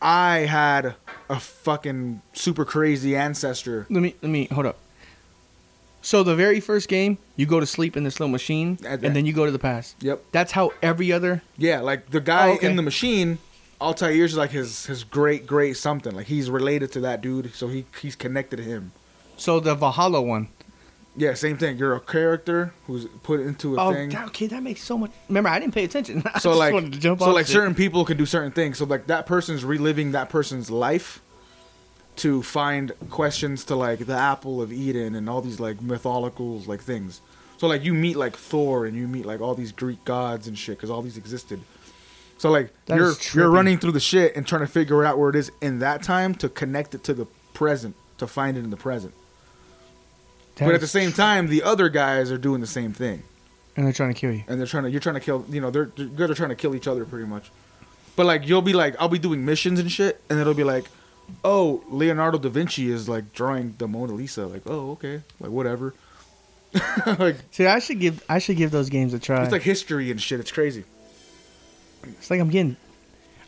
B: I had a fucking super crazy ancestor.
C: Let me let me hold up. So the very first game, you go to sleep in this little machine
B: At that.
C: and then you go to the past.
B: Yep.
C: That's how every other
B: Yeah, like the guy
C: Oh, okay.
B: in the machine, Altair's like his his great great something. Like he's related to that dude, so he he's connected to him.
C: so the Valhalla one.
B: Yeah, same thing. You're a character who's put into a
C: Oh,
B: thing.
C: that- okay, that makes so much. Remember, I didn't pay attention. I
B: so
C: just
B: like
C: wanted to jump
B: so
C: off
B: like
C: shit.
B: certain people can do certain things so like that person's reliving that person's life to find questions to like the apple of eden and all these like mytholicals like things so like you meet like thor and you meet like all these greek gods and shit because all these existed so like
C: That
B: you're
C: is
B: you're
C: trippy.
B: running through the shit and trying to figure out where it is in that time to connect it to the present to find it in the present
C: That
B: but
C: is-
B: at the same time the other guys are doing the same thing
C: and they're trying to kill you.
B: and they're trying to you're trying to kill you know they're they're good at trying to kill each other pretty much but like you'll be like i'll be doing missions and shit and it'll be like oh leonardo da vinci is like drawing the mona lisa like oh okay like whatever like
C: See, I should give I should give those games a try.
B: it's like history and shit it's crazy
C: Hmm. I'm getting,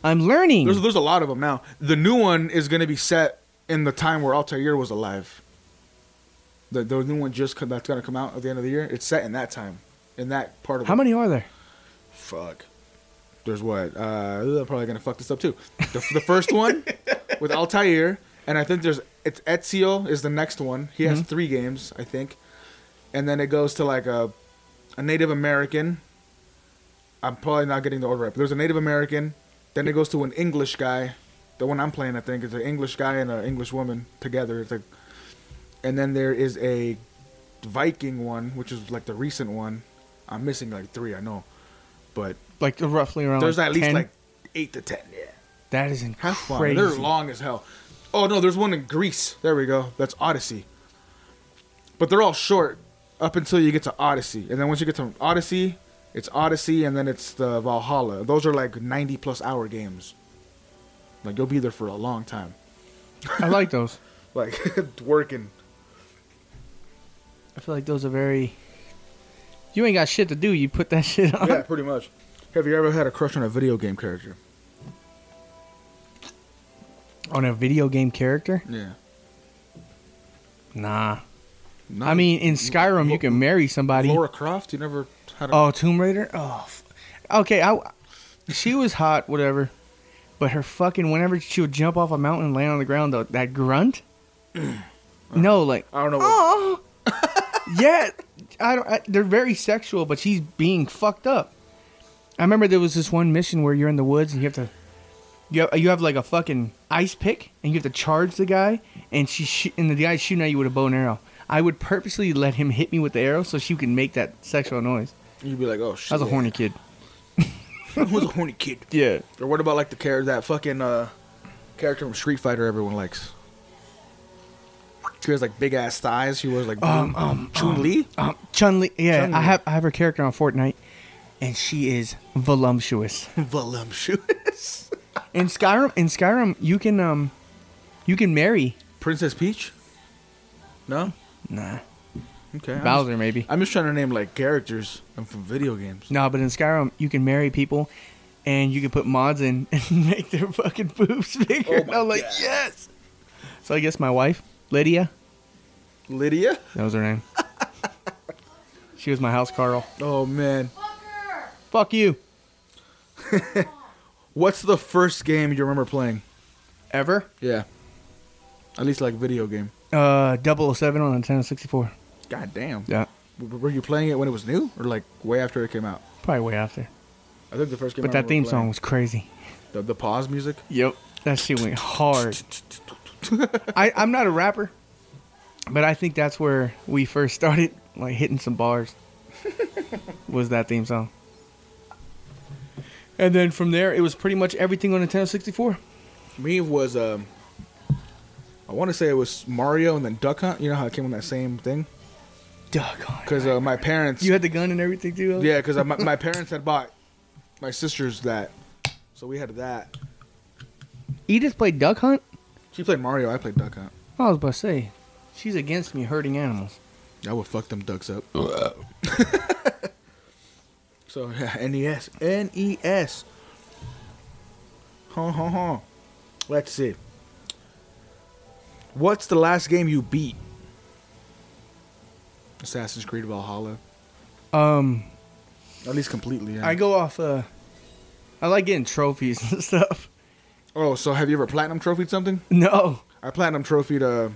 C: I'm learning.
B: there's there's a lot of them now the new one is going to be set in the time where altair was alive the, the new one just co- that's going to come out at the end of the year it's set in that time in that part of
C: How
B: the
C: many are there?
B: Fuck. There's what? Uh, I'm probably gonna fuck this up too. The, the first one with Altair, and I think there's it's Ezio is the next one. He has three games, I think, and then it goes to like a a Native American. I'm probably not getting the order right. But there's a Native American, then it goes to an English guy. The one I'm playing, I think, is an English guy and an English woman together. It's like, and then there is a Viking one, which is like the recent one. I'm missing like three, I know but
C: Like roughly around.
B: there's
C: like
B: at least
C: 10.
B: like eight to ten. Yeah,
C: that is
B: have fun.
C: crazy.
B: They're long as hell. Oh no, there's one in Greece. There we go. That's Odyssey. But they're all short up until you get to Odyssey, and then once you get to Odyssey, it's Odyssey, and then it's the Valhalla. Those are like 90 plus hour games. Like you'll be there for a long time,
C: I like those.
B: like working.
C: I feel like those are very. You ain't got shit to do. You put that shit on.
B: Yeah, pretty much. Have you ever had a crush on a video game character?
C: On a video game character?
B: Yeah.
C: Nah.
B: No.
C: I mean, in Skyrim, you can marry somebody.
B: Laura Croft. You never had a
C: Oh, Tomb Raider. Oh, f- okay. I she was hot, whatever. But her fucking whenever she would jump off a mountain and land on the ground, though that grunt. no, like
B: I don't know. What,
C: oh, yeah. I don't. I, they're very sexual, but she's being fucked up. I remember there was this one mission where you're in the woods and you have to. You have, you have like a fucking ice pick and you have to charge the guy and she sh- and the guy's shooting at you with a bow and arrow. I would purposely let him hit me with the arrow so she could make that sexual noise.
B: You'd be like, oh shit.
C: I was a horny kid.
B: I was a horny kid.
C: Yeah.
B: Or what about like the character that fucking uh, character from Street Fighter everyone likes? She has like big ass thighs. She wears like
C: Um, um,
B: Chun Li.
C: Um, Chun Li. Yeah,
B: Chun-Li.
C: I have I have her character on Fortnite, and she is voluptuous.
B: Voluptuous.
C: In Skyrim, in Skyrim, you can um, you can marry.
B: Princess Peach. No.
C: Nah,
B: Okay. I'm just-
C: Bowser maybe.
B: I'm just trying to name like characters um, from video games.
C: No, but in Skyrim, you can marry people, and you can put mods in and make their fucking boobs bigger.
B: Oh my
C: I'm like,
B: God.
C: yes. So I guess my wife, Lydia,
B: Lydia.
C: that was her name. she was my house Carl.
B: Oh man.
C: Fuck you.
B: What's the first game you remember playing?
C: Ever?
B: Yeah. At least like video game.
C: Uh, 007 on Nintendo 64.
B: God damn.
C: Yeah.
B: W- Were you playing it when it was new, or like way after it came out?
C: Probably way after.
B: I think the first game. I
C: But that
B: remember
C: theme
B: playing-
C: song was crazy.
B: the, the pause music.
C: Yep. That shit went hard. I, I'm not a rapper, but I think that's where we first started like hitting some bars. was that theme song. And then from there it was pretty much everything on Nintendo sixty four.
B: Me was um, I want to say it was Mario and then Duck Hunt. You know how it came on that same thing?
C: Duck on.
B: Because uh, my parents,
C: You had the gun and everything too?
B: yeah, because my, my parents had bought my sisters that, so we had that.
C: Edith played Duck Hunt?
B: She played Mario. I played Duck Hunt.
C: I was about to say, she's against me hurting animals.
B: I would fuck them ducks up. so yeah, E NES, NES. Huh, huh, huh. Let's see. What's the last game you beat? Assassin's Creed Valhalla.
C: Um
B: At least completely. Yeah.
C: I go off uh I like getting trophies and stuff.
B: oh, so have you ever platinum trophied something?
C: No.
B: I platinum trophied uh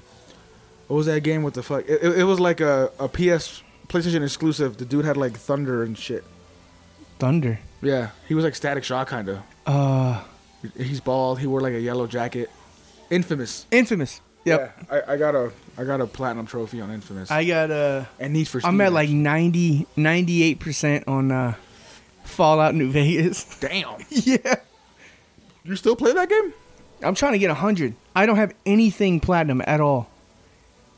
B: What was that game? What the fuck? It, it, it was like a, a PS PlayStation exclusive. The dude had like thunder and shit.
C: Thunder.
B: Yeah, he was like Static Shock kind of.
C: Uh
B: He's bald. He wore like a yellow jacket. Infamous.
C: Infamous. Yep.
B: Yeah, I, I got a I got a platinum trophy on Infamous.
C: I got uh
B: and Need for Speed.
C: I'm at like
B: actually.
C: 90 98% on uh Fallout New Vegas.
B: damn.
C: yeah.
B: You still play that game?
C: I'm trying to get 100. I don't have anything platinum at all.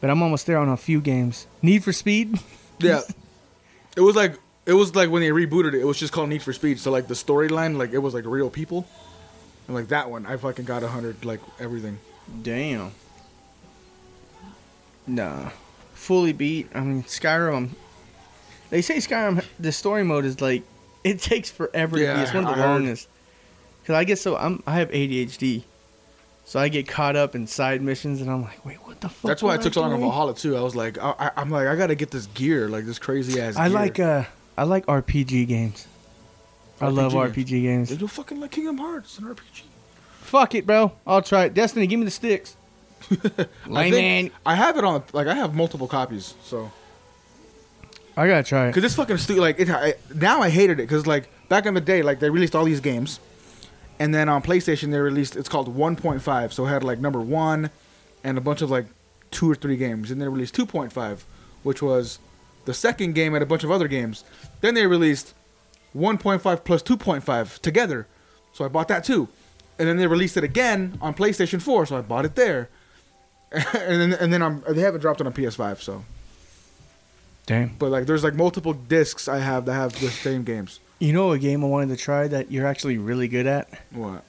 C: But I'm almost there on a few games. Need for Speed?
B: Yeah. it was like it was like when they rebooted it. It was just called Need for Speed. So like the storyline, like it was like real people. And like that one, I fucking got hundred like everything.
C: Damn. Nah. Fully beat. I mean, Skyrim. They say Skyrim, the story mode is like, it takes forever. to
B: Yeah,
C: be. It's one of the
B: I heard.
C: longest. Because I get so, I'm, I have ADHD. So I get caught up in side missions and I'm like, wait, what the fuck?
B: That's why
C: was
B: it took so long on
C: doing?
B: Valhalla too. I was like, I, I, I'm like, I gotta get this gear, like this crazy ass.
C: I like, uh, I like RPG games. I love
B: RPG
C: RPG games.
B: You fucking like Kingdom Hearts and RPG.
C: Fuck it, bro. I'll try it. Destiny, give me the sticks.
B: I
C: Lame
B: think,
C: man.
B: I have it on like I have multiple copies. So
C: I gotta try it.
B: Because it's fucking stupid. Like it, I, now, I hated it. Because like back in the day, like they released all these games, and then on PlayStation they released it's called 1.5. So it had like number one, and a bunch of like two or three games, and they released 2.5, which was the second game and a bunch of other games. Then they released 1.5 plus 2.5 together. So I bought that too. And then they released it again on PlayStation 4, so I bought it there. and then and then I'm they haven't dropped it on PS5, so.
C: Damn.
B: But like there's like multiple discs I have that have the same games.
C: You know a game I wanted to try that you're actually really good at?
B: What?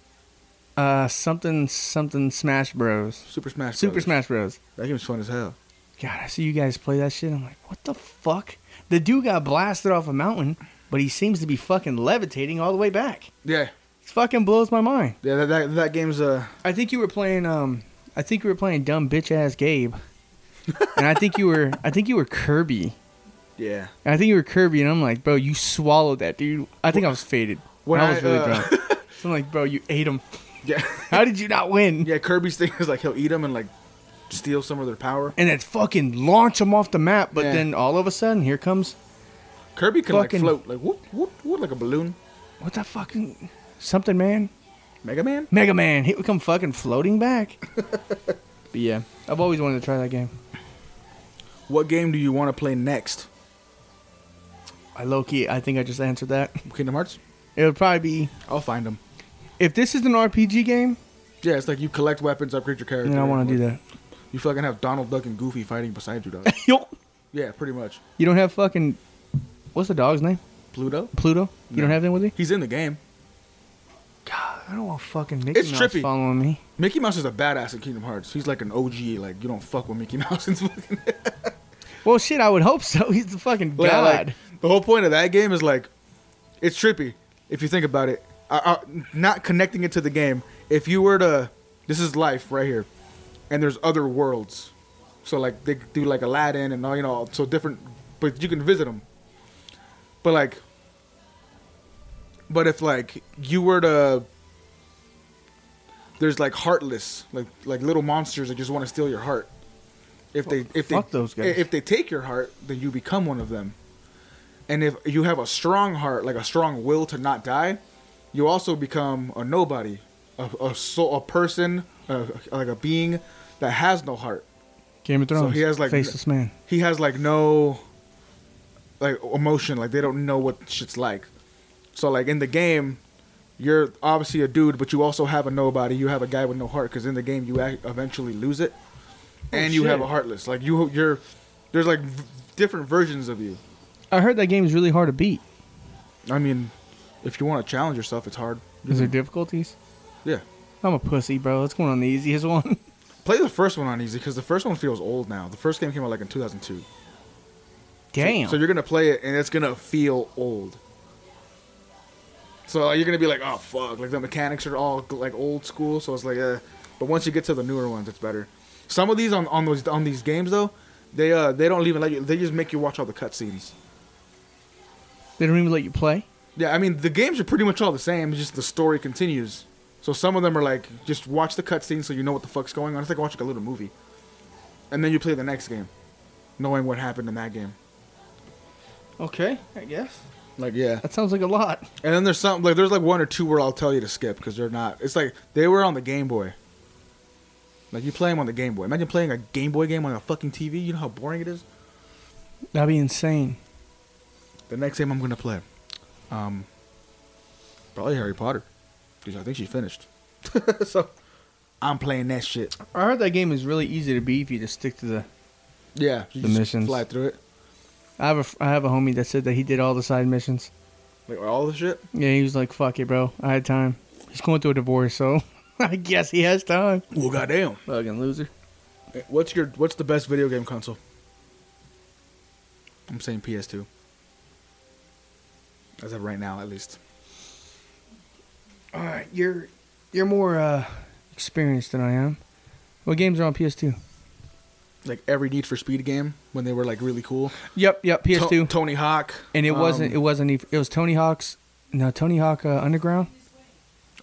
C: Uh, something something Smash Bros.
B: Super Smash.
C: Super
B: Brothers.
C: Smash Bros.
B: That game's fun as hell.
C: God, I see you guys play that shit. I'm like, what the fuck? The dude got blasted off a mountain, but he seems to be fucking levitating all the way back.
B: Yeah.
C: It fucking blows my mind.
B: Yeah, that that, that game's uh
C: I think you were playing um I think you were playing dumb bitch ass Gabe. and I think you were I think you were Kirby.
B: yeah.
C: And I think you were Kirby and I'm like, bro, you swallowed that dude. I think I was faded. When
B: When
C: I was
B: I,
C: really
B: uh,
C: drunk. So I'm like, bro, you ate him.
B: Yeah.
C: How did you not win?
B: yeah, Kirby's thing is like he'll eat them and like steal some of their power.
C: And then fucking launch him off the map, but
B: Yeah.
C: then all of a sudden here comes
B: Kirby can
C: Fucking-
B: like float like whoop whoop whoop like a balloon.
C: what the fucking something man?
B: Mega Man?
C: Mega Man, he would come fucking floating back. but yeah, I've always wanted to try that game.
B: What game do you want to play next?
C: I low key, I think I just answered that.
B: Kingdom Hearts?
C: It would probably be
B: I'll find them.
C: if this is an RPG game,
B: Yeah, it's like you collect weapons, upgrade your character.
C: then I want to do that.
B: You fucking have Donald Duck and Goofy fighting beside you, dog.
C: Yo,
B: yeah, pretty much.
C: you don't have fucking what's the dog's name?
B: Pluto?
C: Pluto. You don't
B: No.
C: have him with you?
B: He's in the game.
C: God, I don't want fucking Mickey
B: It's
C: Mouse
B: trippy.
C: following me.
B: Mickey Mouse is a badass in Kingdom Hearts. He's like an OG. Like you don't fuck with Mickey Mouse. It's fucking
C: Well, shit, I would hope so. He's the fucking
B: Like,
C: god.
B: like, the whole point of that game is like, it's trippy if you think about it. I, I, not connecting it to the game. If you were to, this is life right here, and there's other worlds. So like they do like Aladdin and all you know, so different, but you can visit them. But like, but if like you were to, there's like heartless, like like little monsters that just want to steal your heart. If they if
C: Fuck
B: they
C: those guys.
B: if they take your heart, then you become one of them. And if you have a strong heart, like a strong will to not die, you also become a nobody, a a, soul, a person, a, like a being that has no heart.
C: Game of Thrones.
B: So he has like
C: faceless man.
B: He has like no like emotion. Like they don't know what shit's like. So like in the game, you're obviously a dude, but you also have a nobody. You have a guy with no heart because in the game you ac- eventually lose it, and you have
C: shit.
B: a heartless. Like you, you're there's like v- different versions of you.
C: I heard that game's really hard to beat.
B: I mean, if you want to challenge yourself, it's hard.
C: Is there difficulties?
B: Yeah,
C: I'm a pussy, bro. Let's go on the easiest one.
B: play the first one on easy because the first one feels old now. The first game came out like in 2002.
C: Damn.
B: So, so you're gonna play it, and it's gonna feel old. So like, you're gonna be like, oh fuck, like the mechanics are all like old school. So it's like, uh, but once you get to the newer ones, it's better. Some of these on, on those on these games though, they uh they don't even let you. They just make you watch all the cutscenes.
C: they don't even let you play.
B: Yeah, I mean the games are pretty much all the same. It's just the story continues. So some of them are like, just watch the cutscenes so you know what the fuck's going on. It's like watching a little movie, and then you play the next game, knowing what happened in that game.
C: Okay, I guess.
B: Like yeah.
C: That sounds like a lot.
B: And then there's some like there's like one or two where I'll tell you to skip because they're not. It's like they were on the Game Boy. Like you play them on the Game Boy. Imagine playing a Game Boy game on a fucking TV. You know how boring it is.
C: That'd be insane.
B: The next game I'm gonna play, um, probably Harry Potter, because I think she finished. so I'm playing that shit.
C: I heard that game is really easy to beat if you just stick to the.
B: Yeah, you
C: The
B: just
C: missions.
B: fly through it,
C: I have a fr- I have a homie that said that he did all the side missions.
B: like all the shit.
C: Yeah, he was like, "Fuck it, bro. I had time." He's going through a divorce, so I guess he has time.
B: Well, goddamn.
C: Fucking loser.
B: Eh, What's your What's the best video game console? I'm saying PS2. As of right now, at least.
C: All right, you're you're more uh, experienced than I am. What games are on PS2?
B: like every Need for Speed game when they were like really cool.
C: Yep, yep, PS2.
B: To- Tony Hawk,
C: and it
B: um,
C: wasn't it wasn't even, it was Tony Hawk's no Tony Hawk uh, Underground.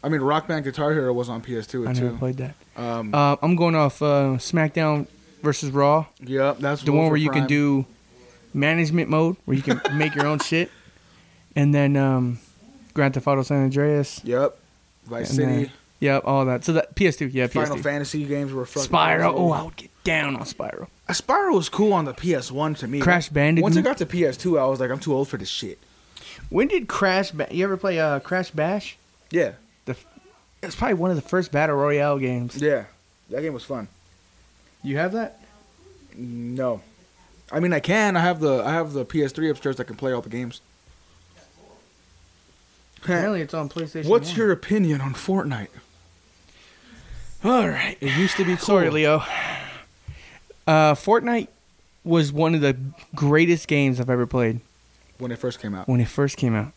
B: I mean, Rock Band Guitar Hero was on
C: I
B: PS2
C: never
B: too.
C: played that.
B: Um,
C: Uh, I'm going off uh, SmackDown versus Raw.
B: yeah, that's
C: the
B: Wolf
C: one
B: for
C: where you
B: Prime.
C: can do management mode, where you can make your own shit, and then um, Grand Theft Auto San Andreas.
B: Yep, Vice
C: And
B: City,
C: then- Yep, all that. So that PS2, yeah,
B: Final
C: PS2.
B: Fantasy games were fucking.
C: Spiral. Oh, I would get down on Spiral.
B: Uh, Spyro was cool on the PS1 to me.
C: Crash Bandicoot.
B: Once I got to PS2, I was like, I'm too old for this shit.
C: When did Crash? Ba- you ever play uh, Crash Bash?
B: Yeah,
C: It's probably one of the first battle royale games.
B: yeah. That game was fun.
C: You have that?
B: No, I mean I can. I have the I have the PS3 upstairs. that can play all the games.
C: Apparently, it's on PlayStation.
B: What's
C: 1.
B: your opinion on Fortnite?
C: All right.
B: It used to be cool.
C: Sorry, Leo. Uh, Fortnite was one of the greatest games I've ever played
B: when it first came out.
C: when it first came out.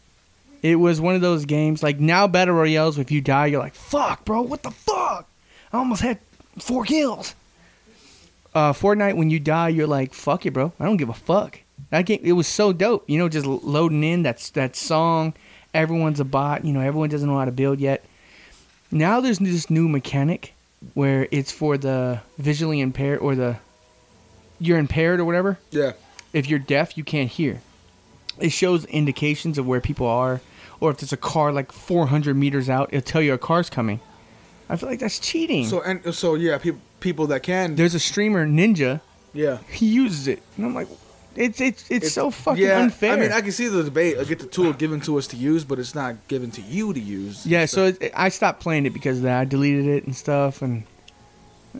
C: It was one of those games like now battle royales. If you die, you're like, "Fuck, bro, what the fuck? I almost had four kills." Uh, Fortnite, when you die, you're like, "Fuck it, bro, I don't give a fuck." That game, it was so dope. You know, just l- loading in that's that song. Everyone's a bot. You know, everyone doesn't know how to build yet. Now there's this new mechanic where it's for the visually impaired or the you're impaired or whatever
B: Yeah,
C: if you're deaf, you can't hear. It shows indications of where people are, or if there's a car like 400 meters out, it'll tell you a car's coming. I feel like that's cheating.
B: So and so yeah, peop people that can
C: there's a streamer Ninja,
B: yeah.
C: he uses it, and I'm like, it's it's it's, so fucking
B: yeah,
C: unfair.
B: I mean, I can see the debate. I get the tool given to us to use, but it's not given to you to use.
C: yeah, so it, I stopped playing it because of that. I deleted it and stuff, and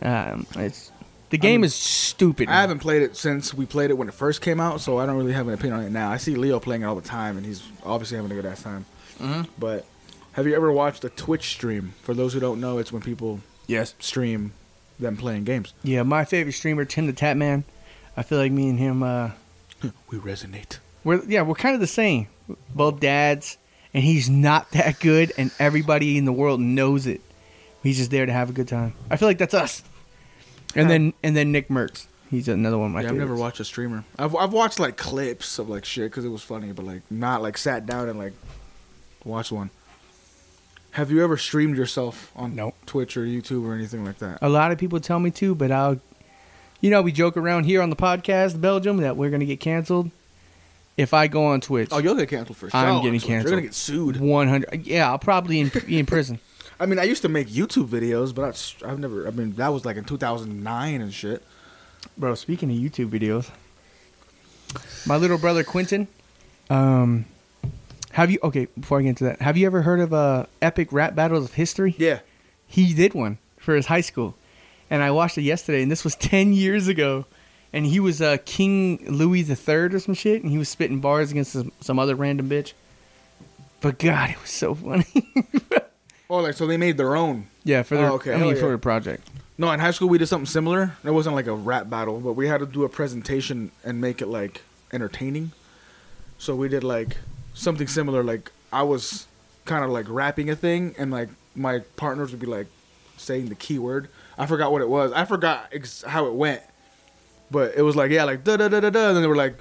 C: um, it's the game is stupid.
B: I haven't played it since we played it when it first came out, so I don't really have an opinion on it now. I see Leo playing it all the time, and he's obviously having a good ass time.
C: Mhm.
B: But have you ever watched a Twitch stream? For those who don't know, it's when people
C: Yes.
B: stream them playing games.
C: Yeah, my favorite streamer Tim the Tap Man. I feel like me and him. Uh,
B: We resonate.
C: We're yeah, we're kind of the same. Both dads, and he's not that good, and everybody in the world knows it. He's just there to have a good time. I feel like that's us. And then and then Nick Merckx. He's another one of my
B: yeah, I've
C: favorites.
B: never watched a streamer. I've I've watched like clips of like shit because it was funny, but like not like sat down and like watched one. Have you ever streamed yourself on
C: Nope. Uh,
B: Twitch or YouTube or anything like that?
C: A lot of people tell me to, but I'll you know, we joke around here on the podcast, Belgium, that we're gonna get canceled. If I go on Twitch,
B: Oh, you'll get canceled for sure.
C: I'm
B: on
C: getting
B: Twitch. You're
C: canceled.
B: gonna get sued.
C: 100. Yeah, I'll probably in, be in prison.
B: I mean, I used to make YouTube videos, but that's- I've never. I mean, that was like in 2009 and shit.
C: Bro, speaking of YouTube videos, my little brother Quentin, um, have you okay? Before I get into that, have you ever heard of uh, epic rap battles of history?
B: Yeah,
C: he did one for his high school, and I watched it yesterday, and this was ten years ago, and he was uh, King Louis the Third or some shit, and he was spitting bars against some, some other random bitch. But God, it was so funny.
B: Oh, like so they made their own.
C: yeah, for their,
B: Oh, okay.
C: I mean,
B: Hell
C: for
B: yeah.
C: a project.
B: No, in high school we did something similar. It wasn't like a rap battle, but we had to do a presentation and make it like entertaining. So we did like something similar. Like I was kind of like rapping a thing, and like my partners would be like saying the keyword. I forgot what it was. I forgot ex- how it went, but it was like yeah, like da da da da da. And then they were like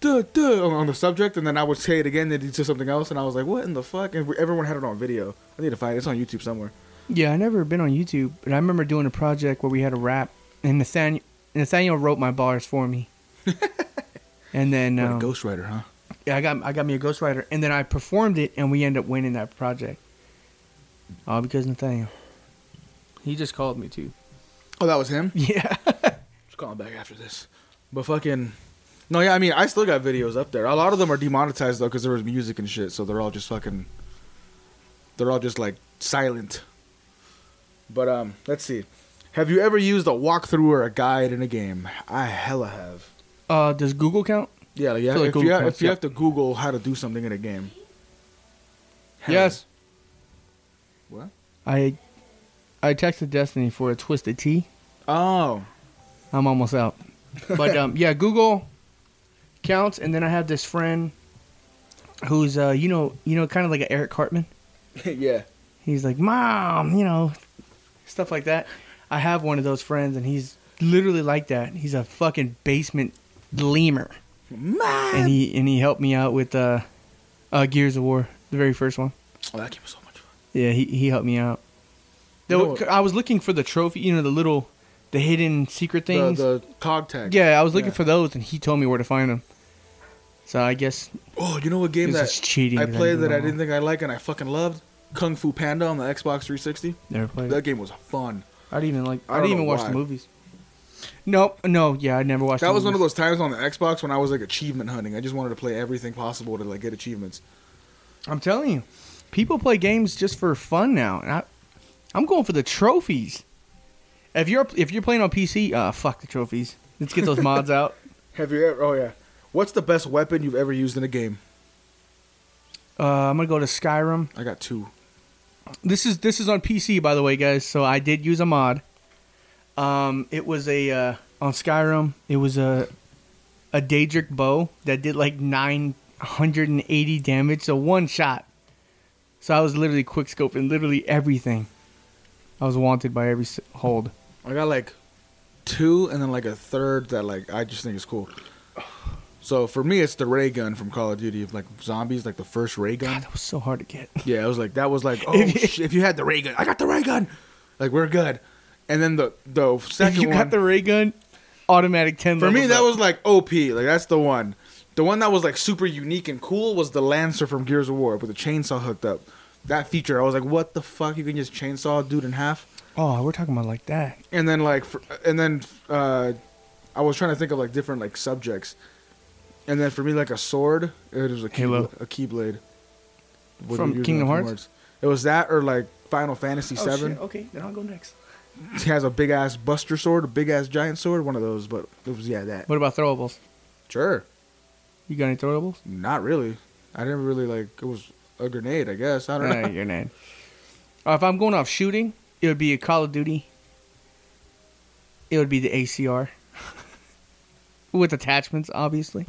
B: duh, duh, on, on the subject, and then I would say it again, and to something else, and I was like, what in the fuck? And we, everyone had it on video. I need to find it. It's on YouTube somewhere.
C: Yeah, I never been on YouTube, but I remember doing a project where we had a rap, and Nathaniel Nathaniel wrote my bars for me, and then
B: What a
C: um,
B: ghostwriter, huh?
C: yeah, I got I got me a ghostwriter, and then I performed it, and we ended up winning that project, all because Nathaniel. He just called me too.
B: Oh, that was him.
C: Yeah,
B: Just calling back after this. But fucking. No, yeah, I mean, I still got videos up there. A lot of them are demonetized, though, because there was music and shit, so they're all just fucking. They're all just, like, silent. But, um, let's see. Have you ever used a walkthrough or a guide in a game? I hella have.
C: uh, does Google count?
B: Yeah, yeah.
C: So, like,
B: if,
C: Google
B: you have,
C: Maps,
B: if you
C: yeah.
B: have to Google how to do something in a game. Hell
C: Yes.
B: What?
C: I I texted Destiny for a twisted T.
B: Oh.
C: I'm almost out. But um, yeah, Google counts, and then I have this friend who's uh, you know, you know, kind of like a Eric Cartman.
B: yeah.
C: He's like, "Mom," you know, stuff like that. I have one of those friends, and he's literally like that. He's a fucking basement lemur, and he and he helped me out with uh, uh, Gears of War, the very first one.
B: Oh, that game was so much fun.
C: Yeah, he he helped me out. Though I was looking for the trophy, you know, the little, the hidden secret
B: The,
C: things.
B: the cog tag.
C: Yeah, I was looking
B: Yeah.
C: for those, and he told me where to find them. So I guess
B: Oh, you know what game
C: It's
B: that
C: just cheating
B: I
C: that I
B: played
C: do
B: that
C: it
B: I
C: all.
B: didn't think I liked and I fucking loved? Kung Fu Panda on the Xbox 360.
C: never played.
B: That game was fun.
C: I didn't even like.
B: I
C: I,
B: don't
C: didn't even
B: know
C: watch
B: why.
C: the movies. Nope. No. Yeah, I never watched.
B: That
C: the
B: was one of
C: movies.
B: those times on the Xbox when I was like achievement hunting. I just wanted to play everything possible to like get achievements.
C: I'm telling you, people play games just for fun now. And I, I'm going for the trophies. If you're if you're playing on PC, uh, fuck the trophies. Let's get those mods out.
B: Have you ever? Oh yeah. What's the best weapon you've ever used in a game?
C: Uh, I'm gonna go to Skyrim.
B: I got two.
C: This is this is on PC, by the way, guys. So I did use a mod. Um, it was a uh, on Skyrim. It was a a Daedric bow that did like 980 damage, so one shot. So I was literally quick scoping literally everything. I was wanted by every s- hold.
B: I got like two, and then like a third that like I just think is cool. So for me, it's the ray gun from Call of Duty, like zombies, like the first ray gun.
C: God, that was so hard to get.
B: Yeah, it was like that was like oh
C: If you-
B: if you, if you had the ray gun, I got the ray gun, like we're good. And then the the second
C: If you
B: one
C: got the ray gun, automatic 10
B: for me
C: levels
B: that
C: up.
B: was like OP, like that's the one. The one that was like super unique and cool was the Lancer from Gears of War with the chainsaw hooked up. That feature, I was like, what the fuck? You can just chainsaw a dude in half.
C: Oh, we're talking about like that.
B: and then like for, and then uh i was trying to think of like different like subjects and then for me like a sword it was a key,
C: Halo.
B: a keyblade What
C: From
B: you use
C: Kingdom
B: on
C: Hearts? Oh,
B: keyboards. it was that or like final fantasy VII.
C: Okay, then I'll go next.
B: it has a big ass buster sword a big ass giant sword one of those but it was yeah that
C: What about throwables?
B: sure
C: You got any throwables?
B: not really i didn't really like it was a grenade i guess i don't
C: Nah,
B: know
C: you're not. Uh, if I'm going off shooting, it would be a Call of Duty. It would be the ACR with attachments, obviously.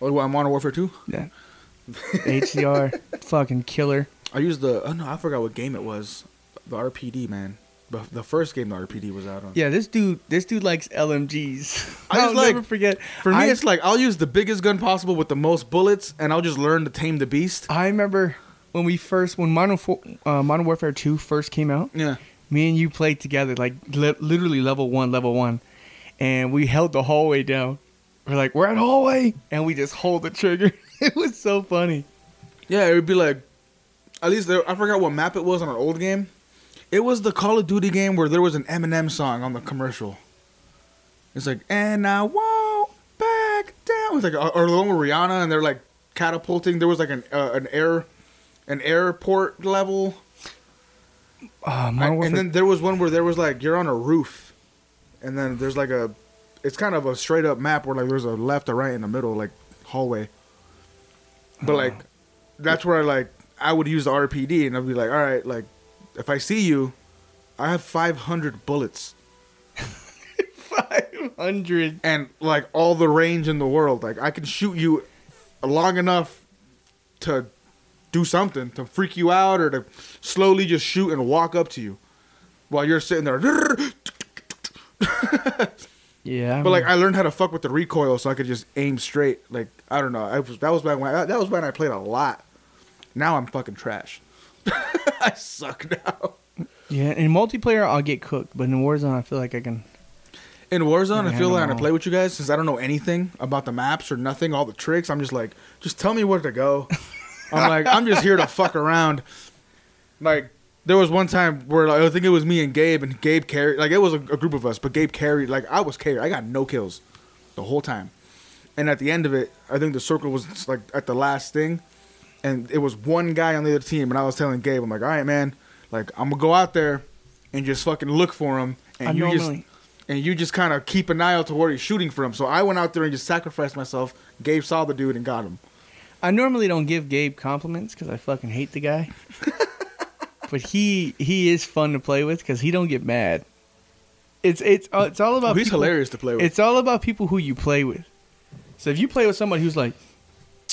B: oh i'm modern warfare 2
C: Yeah. HCR, fucking killer.
B: i used the oh no i forgot what game it was the rpd man the the first game the rpd was out on
C: Yeah, this dude, this dude likes LMGs.
B: I just
C: I'll
B: like-
C: never forget.
B: For me,
C: I,
B: it's like I'll use the biggest gun possible with the most bullets, and I'll just learn to tame the beast.
C: I remember when we first, when Modern, Fo- uh, Modern Warfare 2 first came out,
B: Yeah,
C: me and you played together, like li- literally level one, level one, and we held the hallway down. We're like, we're at hallway, and we just hold the trigger. it was so funny.
B: yeah. It would be like, at least there, I forgot what map it was on an old game. It was the Call of Duty game where there was an Eminem song on the commercial. It's like, and I won't back down. It's like, or or the one with Rihanna, and they're like catapulting. There was like an uh, an air, an airport level,
C: Uh, Modern
B: I-
C: Warfare-
B: and then there was one where there was like you're on a roof, and then there's like a, it's kind of a straight up map where like there's a left, a right in the middle, like hallway. But like, that's where I like I would use the RPD and I'd be like, all right, like if I see you, I have 500 bullets
C: 500.
B: and like all the range in the world. Like I can shoot you long enough to do something to freak you out or to slowly just shoot and walk up to you while you're sitting there.
C: Yeah.
B: But like I learned how to fuck with the recoil, so I could just aim straight. Like I don't know. I was, that was back when that was when I played a lot. Now I'm fucking trash. I suck now.
C: yeah, in multiplayer, I'll get cooked, but in Warzone, I feel like I can.
B: In Warzone, I feel like when I
C: Animal.
B: play with you guys, since I don't know anything about the maps or nothing, all the tricks, I'm just like, just tell me where to go. I'm like, I'm just here to fuck around. Like there was one time where like, I think it was me and Gabe, and Gabe carried. Like it was a, a group of us, but Gabe carried. Like I was carried. I got no kills the whole time. And at the end of it, I think the circle was like at the last thing, and it was one guy on the other team. And I was telling Gabe, I'm like, all right, man, like I'm gonna go out there and just fucking look for him, and
C: I
B: you
C: normally-
B: just and you just kind of keep an eye out to where he's shooting from. So I went out there and just sacrificed myself. Gabe saw the dude and got him.
C: I normally don't give Gabe compliments because I fucking hate the guy. but he he is fun to play with because he don't get mad. It's it's uh, it's all about
B: Oh, he's
C: people-
B: hilarious to play with.
C: It's all about people who you play with. So if you play with somebody who's like,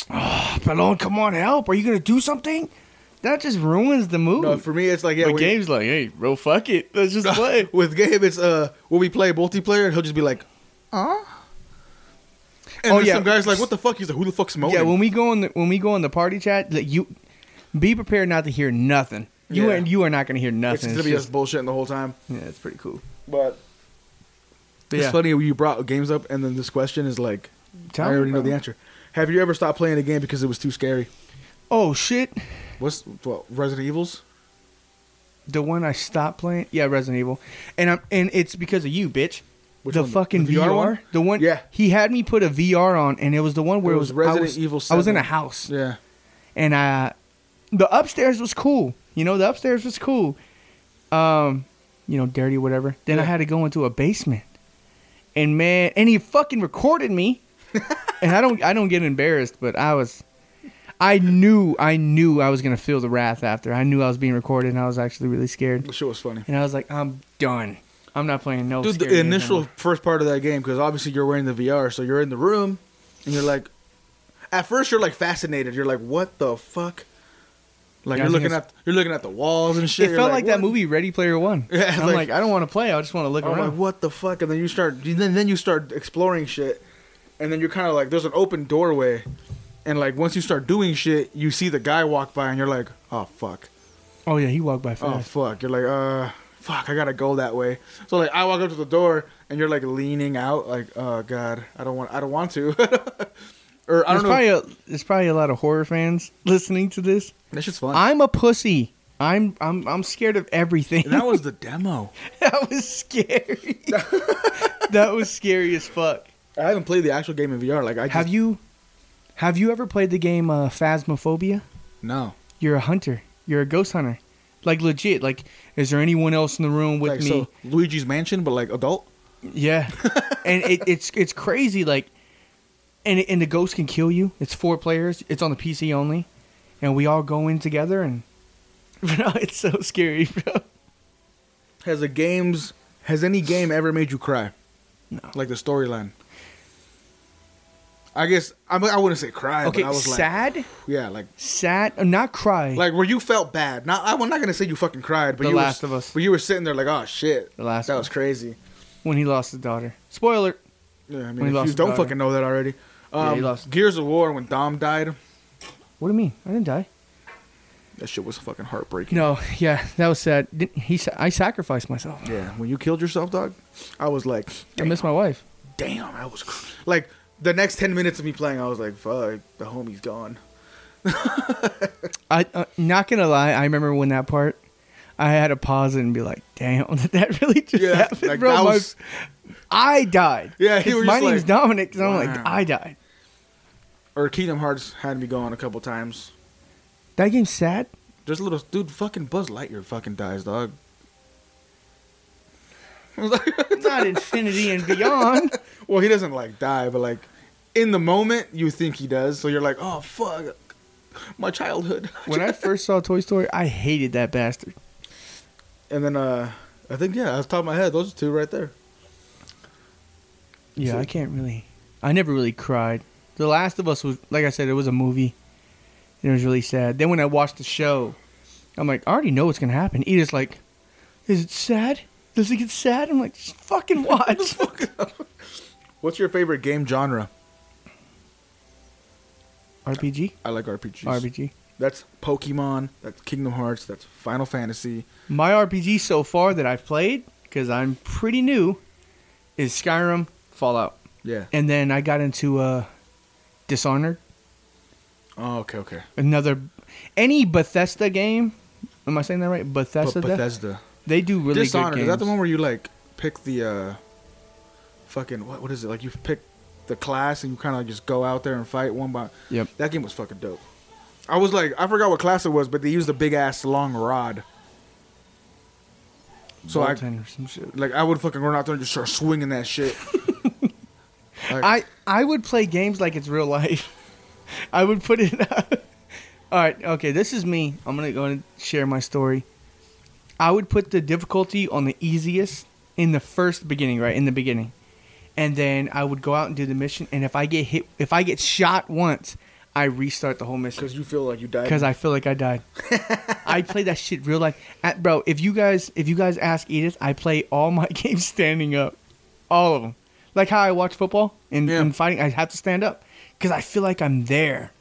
C: oh, Balone, come on, help. Are you going to do something? That just ruins the mood.
B: no, for me, it's like yeah,
C: but
B: when you- Uh-huh.
C: Gabe's like, hey, bro, fuck it. Let's just play.
B: with Gabe, it's uh when we play multiplayer, he'll just be like, uh And
C: Oh,
B: then
C: yeah.
B: some guys like, what the fuck? He's like, who the fuck's moaning?
C: yeah, when we go on the when we go on the party chat, like you be prepared not to hear nothing. You
B: Yeah.
C: and you are not going to hear
B: it's
C: nothing.
B: gonna
C: It's
B: be us
C: just-
B: bullshitting the whole time.
C: yeah, it's pretty cool.
B: But it's
C: yeah.
B: funny when you brought games up, and then this question is like,
C: Tell
B: I
C: me,
B: already know
C: bro.
B: the answer. Have you ever stopped playing a game because it was too scary?
C: Oh shit,
B: What's what Resident Evils?
C: the one I stopped playing. Yeah, Resident Evil, and I'm and it's because of you, bitch.
B: Which
C: the
B: one?
C: fucking
B: The
C: VR,
B: one?
C: the one.
B: Yeah.
C: He had me put a VR on, and it was the one where
B: It
C: it
B: was
C: was, I
B: Resident
C: was-
B: Evil
C: I was
B: 7.
C: in a house,
B: Yeah.
C: and I, the upstairs was cool. You know, the upstairs was cool. Um, you know, dirty whatever. Then I
B: Yeah.
C: had to go into a basement, and man, and he fucking recorded me, and I don't, I don't get embarrassed, but I was. I knew, I knew I was gonna feel the wrath after. I knew I was being recorded, and I was actually really scared.
B: That shit was funny.
C: And I was like, "I'm done. I'm not playing no."
B: Dude,
C: scary
B: the
C: games no
B: initial
C: more."
B: first part of that game, because obviously you're wearing the VR, so you're in the room, and you're like, at first you're like fascinated. You're like, what the fuck? Like
C: Yeah,
B: you're
C: I think
B: looking
C: it's-
B: at you're looking at the walls and shit.
C: It
B: You're
C: felt like, that
B: what?
C: movie Ready Player One.
B: Yeah, it's
C: I'm like,
B: like- Oh,
C: I don't want to play. I just want to look
B: I'm like,
C: around.
B: what the fuck? And then you start, then then you start exploring shit, and then you're kind of like, there's an open doorway, and like once you start doing shit, you see the guy walk by, and you're like, oh fuck,
C: oh yeah, he walked by
B: oh
C: fast.
B: fuck. You're like, uh, fuck, I gotta go that way. So like, I walk up to the door, and you're like leaning out, like, oh god, I don't want, I don't want to. or I don't know.
C: there's probably a, there's probably a lot of horror fans listening to this.
B: that shit's fun.
C: I'm a pussy. I'm I'm I'm scared of everything.
B: and that was the demo.
C: that was scary. that was scary as fuck.
B: I haven't played the actual game in VR. Like, I just,
C: Have you have you ever played the game uh, Phasmophobia?
B: No.
C: You're a hunter. You're a ghost hunter. Like legit. Like, is there anyone else in the room with
B: like,
C: me?
B: so Luigi's Mansion, but like adult.
C: Yeah, and it, it's it's crazy. Like, and and the ghost can kill you. It's four players. It's on the PC only, and we all go in together. And bro, it's so scary, bro.
B: Has a games has any game ever made you cry?
C: No.
B: Like the storyline. I guess I, mean, I wouldn't say cry,
C: Okay,
B: but I was like,
C: sad,
B: yeah, like
C: sad. uh, Not cry.
B: like where you felt bad. Not I'm not gonna say you fucking cried, but
C: The
B: you
C: Last
B: were,
C: of Us.
B: But you were sitting there like, oh shit,
C: The Last
B: that
C: of
B: was
C: Us.
B: crazy.
C: when he lost his daughter. Spoiler.
B: Yeah, I
C: he
B: mean, if
C: lost
B: you
C: his
B: don't
C: daughter.
B: fucking know that already.
C: Yeah,
B: Um,
C: he lost-
B: Gears of War when Dom died,
C: What do you mean? I didn't die.
B: that shit was fucking heartbreaking.
C: No. Yeah, that was sad. Didn't, he. sa- I sacrificed myself.
B: Yeah, when you killed yourself, dog, I was like,
C: I miss my wife.
B: damn, that was cr-. like the next ten minutes of me playing, I was like, fuck, the homie's gone.
C: I uh, not gonna lie. I remember when that part. I had to pause it and be like, "Damn, did that really just
B: Yeah,
C: happen,
B: like,
C: bro?"
B: that
C: My-
B: was-
C: I died.
B: Yeah, he
C: 'Cause
B: was
C: my
B: just
C: name's
B: like,
C: Dominic, and I'm
B: wow.
C: like, I died.
B: Or Kingdom Hearts had me going a couple times.
C: That game's sad.
B: There's a little dude, fucking Buzz Lightyear fucking dies, dog.
C: Not Infinity and Beyond.
B: Well, he doesn't like die, but like in the moment you think he does, so you're like, oh fuck, my childhood.
C: When I first saw Toy Story, I hated that bastard.
B: and then uh, I think yeah, off the top of my head, those are two right there.
C: Yeah,
B: So-
C: I can't really. I never really cried. The Last of Us was, like I said, it was a movie. And it was really sad. Then when I watched the show, I'm like, I already know what's gonna happen. Edith's like, Is it sad? Does it get sad? I'm like, just fucking watch.
B: What's your favorite game genre?
C: RPG,
B: I like RPGs.
C: RPG.
B: That's Pokemon. That's Kingdom Hearts. That's Final Fantasy.
C: My RPG so far that I've played, because I'm pretty new, is Skyrim, Fallout.
B: Yeah.
C: and then I got into uh, Dishonored.
B: Oh, okay, okay.
C: Another any Bethesda game. Am I saying that right?
B: But
C: Bethesda.
B: Bethesda.
C: They do really
B: Dishonored.
C: good
B: Is
C: games.
B: that the one where you like pick the uh fucking what what is it? Like you pick the class and you kind of just go out there and fight one by.
C: Yep.
B: That game was fucking dope. I was like, I forgot what class it was, but they used a big ass long rod. So I
C: Bolton or some shit.
B: like I would fucking run out there and just start swinging that shit. Like,
C: I I would play games like it's real life. I would put it. All right. Okay. This is me. I'm gonna go and share my story. I would put the difficulty on the easiest in the first beginning, right in the beginning, and then I would go out and do the mission. And if I get hit, if I get shot once, I restart the whole mission.
B: because you feel like you died.
C: Because I feel like I died. I play that shit real life, At, bro. If you guys, if you guys ask Edith, I play all my games standing up, all of them. Like how I watch football and,
B: Yeah.
C: and fighting, I have to stand up because I feel like I'm there.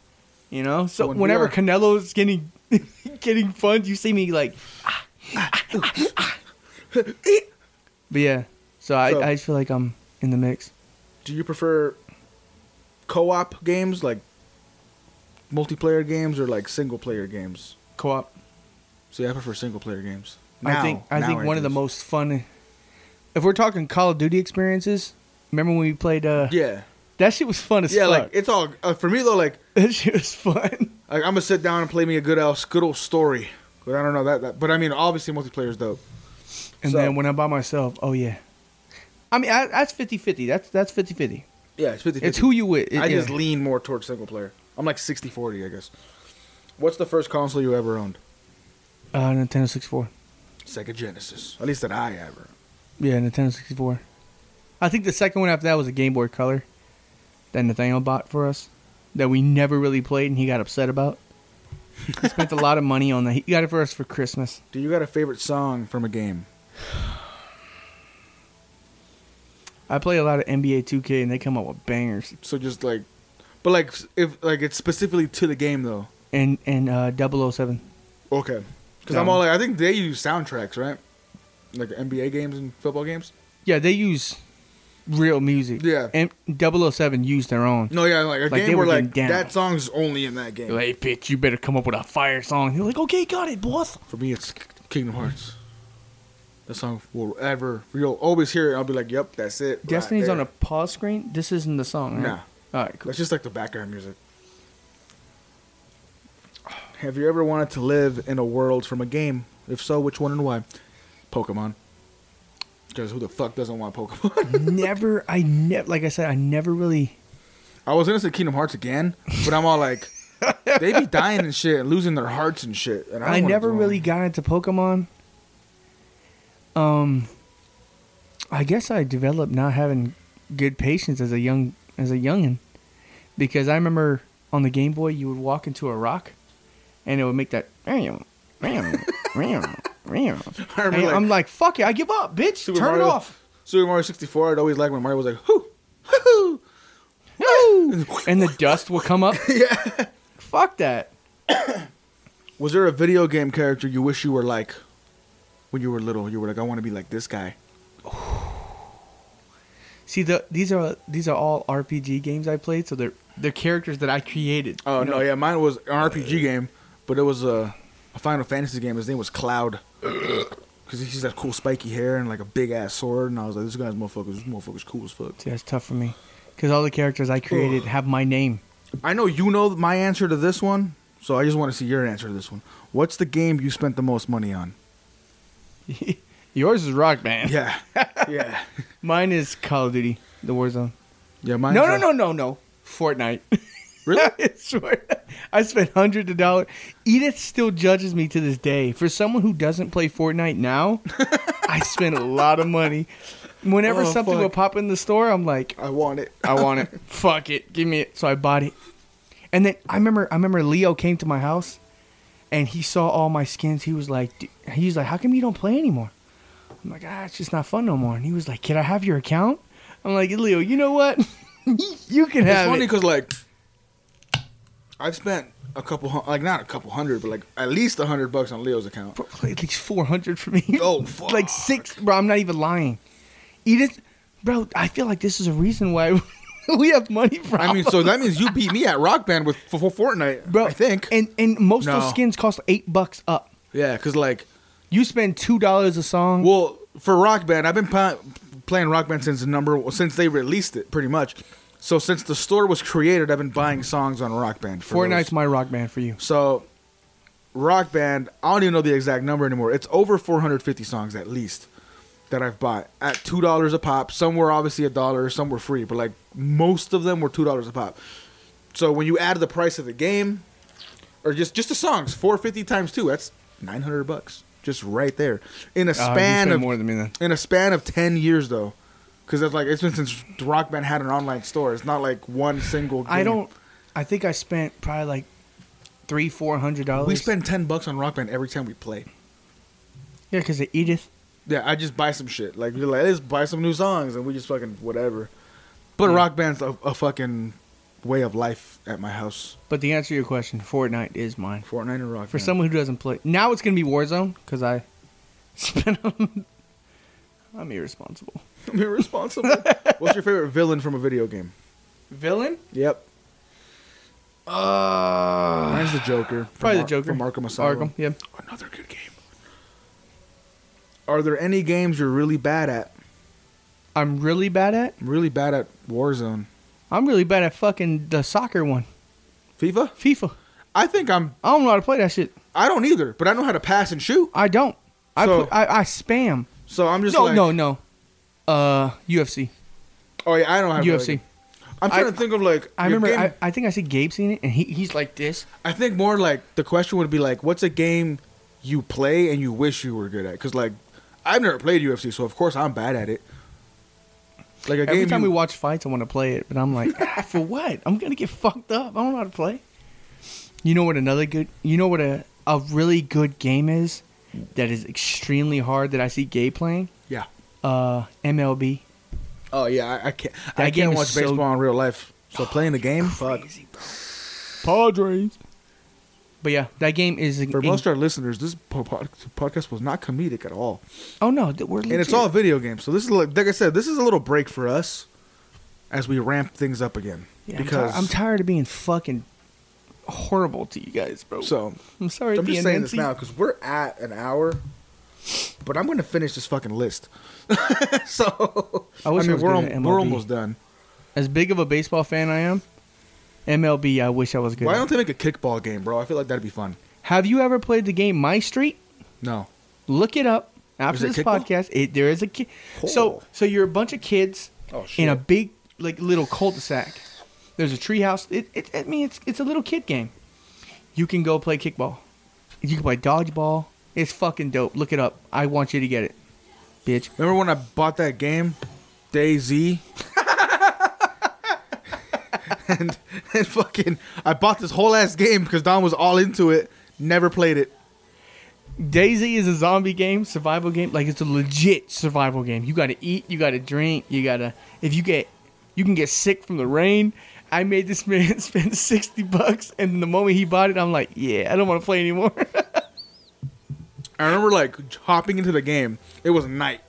C: You know. So
B: When we
C: whenever
B: are-
C: Canelo's getting getting fun, you see me like. ah, ah, ah, ah. but yeah, so I,
B: So-
C: I just feel like I'm in the mix.
B: Do you prefer co-op games like multiplayer games or like single player games?
C: Co-op.
B: See, I prefer single player games.
C: I think I think one of the
B: nowadays.
C: most fun if we're talking Call of Duty experiences, remember when we played? Uh,
B: Yeah.
C: That shit was fun as
B: Yeah,
C: fuck.
B: like it's all uh, for me though. Like,
C: that shit was fun.
B: like I'm gonna sit down and play me a good old, good old story. But I don't know that, that. But I mean, obviously multiplayer is dope.
C: And
B: So-
C: then when I'm by myself, oh yeah. I mean, I, that's 50-50. That's that's 50-50.
B: Yeah, it's 50
C: It's who you with. It-
B: I
C: yeah.
B: just lean more towards single player. I'm like 60 40, I guess. What's the first console you ever owned?
C: uh, Nintendo 64.
B: Sega Genesis. At least that I ever.
C: Yeah, Nintendo 64. I think the second one after that was a Game Boy Color that Nathaniel bought for us that we never really played and he got upset about. he spent a lot of money on that. He got it for us for Christmas.
B: Do you got a favorite song from a game?
C: I play a lot of NBA 2K and they come up with bangers.
B: So just like, but like if like it's specifically to the game though.
C: And and uh, 007.
B: Okay. Um, Because I'm
C: No.
B: all like, I think they use soundtracks, right? Like NBA games and football games.
C: Yeah, they use real music.
B: Yeah.
C: And 007 used their own.
B: No, yeah, like a
C: Like, they
B: game where
C: were getting
B: like
C: down.
B: that song's only in that game.
C: Like, hey, bitch, you better come up with a fire song. He's like, okay, got it, boss.
B: For me, it's Kingdom Hearts. That song will ever you'll always hear it. I'll be like, yep, that's it. right
C: Destiny's on
B: there.
C: a pause screen. This isn't the song. Right?
B: Nah.
C: All right, cool.
B: That's just like the background music. Have you ever wanted to live in a world from a game? If so, which one and why? Pokemon. Because who the fuck doesn't want Pokemon?
C: never, I never, like I said, I never really.
B: I was gonna say Kingdom Hearts again, but I'm all like, they be dying and shit and losing their hearts and shit. And
C: I,
B: don't wanna
C: never
B: do 'em.
C: really got into Pokemon. Um, I guess I developed not having good patience as a young as a youngin, because I remember on the Game Boy you would walk into a rock, and it would make that. ram, ram, ram, ram.
B: I remember,
C: And
B: like,
C: I'm like, fuck it, I give up, bitch.
B: Super
C: Turn
B: Mario,
C: it off.
B: Super Mario 64. I'd always like when Mario was like, whoo,
C: Woo! and the dust will come up. yeah. Fuck that.
B: Was there a video game character you wish you were like when you were little? You were like, I want to be like this guy.
C: See, the these are these are all RPG games I played, so they're they're characters that I created.
B: Oh
C: You
B: no,
C: know?
B: yeah, mine was an RPG game, but it was a, a Final Fantasy game. His name was Cloud, because he's got cool spiky hair and like a big ass sword. And I was like, this guy's motherfuckers, this motherfucker's cool as fuck.
C: See, that's tough for me, because all the characters I created have my name.
B: I know you know my answer to this one, so I just want to see your answer to this one. What's the game you spent the most money on?
C: Yours is Rock Band.
B: Yeah, yeah,
C: Mine is Call of Duty, the Warzone.
B: yeah. Mine.
C: no, no, no, no, no. Fortnite.
B: Really?
C: It's Fortnite. I spent hundreds of dollars. Edith still judges me to this day. For someone who doesn't play Fortnite now, I spent a lot of money. Whenever
B: Oh,
C: something
B: fuck.
C: would pop in the store, I'm like,
B: I want it.
C: I want it. Fuck it. Give me it. So I bought it. And then I remember I remember Leo came to my house and he saw all my skins. He was like "D- he was like, How come you don't play anymore? I'm like, ah, it's just not fun no more. And he was like, Can I have your account? I'm like, Leo, you know what? you can
B: It's
C: have
B: funny
C: it.
B: because like I've spent a couple, hun- like not a couple hundred, but like at least a hundred bucks on Leo's account.
C: Probably at least four hundred for me.
B: Oh, fuck.
C: like six bro, I'm not even lying. Edith bro, I feel like this is a reason why we have money problems.
B: I mean, so that means you beat me at Rock Band with for, for Fortnite,
C: bro,
B: I think.
C: And and most of
B: No.
C: those skins cost eight bucks up.
B: yeah, because like,
C: You spend two dollars a song.
B: well, for Rock Band, I've been pi- playing Rock Band since the number since they released it, pretty much. So since the store was created, I've been buying songs on Rock Band. For
C: Fortnite's
B: those.
C: my rock band for you.
B: so Rock Band. I don't even know the exact number anymore. It's over 450 songs at least that I've bought at two dollars a pop. Some were obviously a dollar, some were free, but like most of them were two dollars a pop. So when you add the price of the game, or just just the songs, four fifty times two, that's nine hundred bucks, just right there
C: Uh,
B: in a span of
C: than me then.
B: in a span of ten years though, because it's like it's been since Rock Band had an online store. It's not like one single. Game.
C: I don't. I think I spent probably like three, four hundred dollars.
B: We spend ten bucks on Rock Band every time we play.
C: yeah, because of Edith.
B: Yeah, I just buy some shit. Like you're like, let's buy some new songs, and we just fucking whatever. But rock band's a, a fucking way of life at my house.
C: But the answer to your question, Fortnite is mine.
B: Fortnite and rock.
C: For
B: Band.
C: someone who doesn't play, now it's gonna be Warzone because I spent. on- I'm irresponsible.
B: I'm irresponsible. What's your favorite villain from a video game?
C: Villain?
B: Yep,
C: Uh,
B: mine's the Joker. from
C: probably the
B: Ar-
C: Joker
B: from Arkham Asylum.
C: Arkham, yeah.
B: Another good game. Are there any games you're really bad at?
C: I'm really bad at.
B: I'm really bad at Warzone.
C: I'm really bad at fucking the soccer one,
B: FIFA?
C: FIFA.
B: I think I'm.
C: I don't know how to play that shit.
B: I don't either, but I know how to pass and shoot.
C: I don't. I
B: So-
C: put, I, I spam.
B: So I'm just
C: No,
B: like,
C: no, no. Uh, UFC,
B: oh yeah, I don't have
C: UFC.
B: I'm trying
C: I-
B: to think of like.
C: I
B: your
C: remember.
B: game-
C: I, I think I see Gabe seeing it, and he, he's like this.
B: I think more like the question would be like, what's a game you play and you wish you were good at? Because like, I've never played UFC, so of course I'm bad at it. Like a
C: Every
B: game
C: time
B: you-
C: we watch fights, I want to play it, but I'm like, "Ah, for what? I'm gonna get fucked up. I don't know how to play. You know what? Another good. You know what? A a really good game is that is extremely hard that I see Gabe playing.
B: Yeah.
C: Uh, MLB.
B: Oh yeah, I, I can't.
C: That
B: I
C: game
B: can't
C: is
B: watch
C: so-
B: baseball in real life. So playing the game, fuck.
C: Crazy, bro. Padres. But yeah, that game is.
B: For most of our listeners, this po- pod- podcast was not comedic at all,
C: oh no, th- we're.
B: and it's all video games. So this is like, like I said, this is a little break for us as we ramp things up again.
C: because
B: because
C: I'm, tired of being fucking horrible to you guys, bro.
B: so
C: I'm sorry.
B: I'm
C: being
B: just saying this
C: antsy.
B: now because we're at an hour, but I'm gonna finish this fucking list. so
C: I wish I was
B: we're,
C: good at
B: al- we're
C: MLB.
B: almost done.
C: As big of a baseball fan I am, MLB, I wish I was good.
B: Why
C: at.
B: don't they make a kickball game, bro? I feel like that'd be fun.
C: Have you ever played the game My Street?
B: No,
C: Look it up after
B: Is
C: this
B: it kickball?
C: podcast. It, there is a kid.
B: Cool.
C: So so you're a bunch of kids
B: Oh,
C: in a
B: shit.
C: big like little cul-de-sac. There's a treehouse. It, it I mean it's it's a little kid game. You can go play kickball. You can play dodgeball. It's fucking dope. Look it up. I want you to get it, bitch.
B: remember when I bought that game, DayZ, and and fucking I bought this whole ass game because Don was all into it. Never played it.
C: Daisy is a zombie game, survival game. Like it's a legit survival game. You gotta eat, you gotta drink, you gotta. If you get, you can get sick from the rain. I made this man spend sixty bucks, and the moment he bought it, I'm like, yeah, I don't want to play anymore.
B: I remember like hopping into the game. It was night,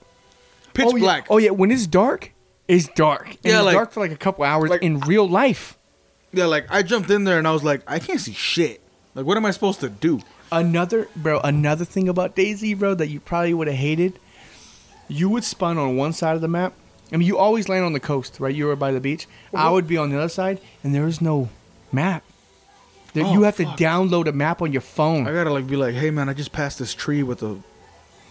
B: pitch
C: oh, yeah.
B: black.
C: Oh yeah, when it's dark, it's dark. And
B: Yeah,
C: it's
B: like-
C: dark for like a couple hours
B: like-
C: in real life.
B: Yeah, like I jumped in there and I was like, I can't see shit. Like, what am I supposed to do?
C: Another bro, another thing about Daisy, bro, that you probably would have hated. You would spawn on one side of the map. I mean, you always land on the coast, right? You were by the beach.
B: Uh-huh.
C: I would be on the other side, and there is no map. There, you
B: Oh,
C: have
B: fuck.
C: to download a map on your phone,
B: I gotta like be like, hey man, I just passed this tree with a.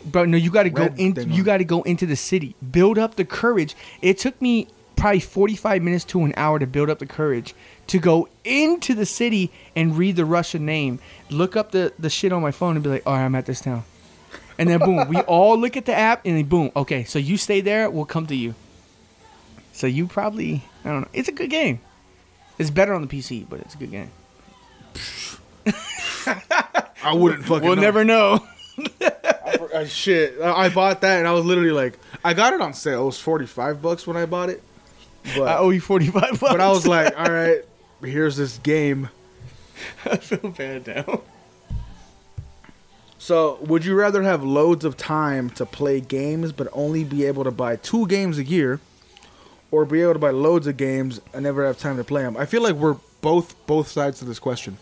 C: bro. No, you got to go
B: Red
C: in.
B: thing
C: You
B: on.
C: got to go into the city. Build up the courage. It took me probably forty-five minutes to an hour to build up the courage to go into the city and read the Russian name, look up the the shit on my phone, and be like, all right, I'm at this town. And then boom, we all look at the app, and then boom, okay, so you stay there, we'll come to you. So you probably, I don't know, it's a good game. It's better on the PC, but it's a good game.
B: I wouldn't fucking.
C: We'll
B: know.
C: never know.
B: I- shit, I I bought that and I was literally like, I got it on sale. It was forty five bucks when I bought it,
C: I
B: but
C: owe you forty-five bucks.
B: but I was like, all right, here's this game.
C: I feel bad now.
B: So, would you rather have loads of time to play games but only be able to buy two games a year, or be able to buy loads of games and never have time to play them? I feel like we're both both sides to this question,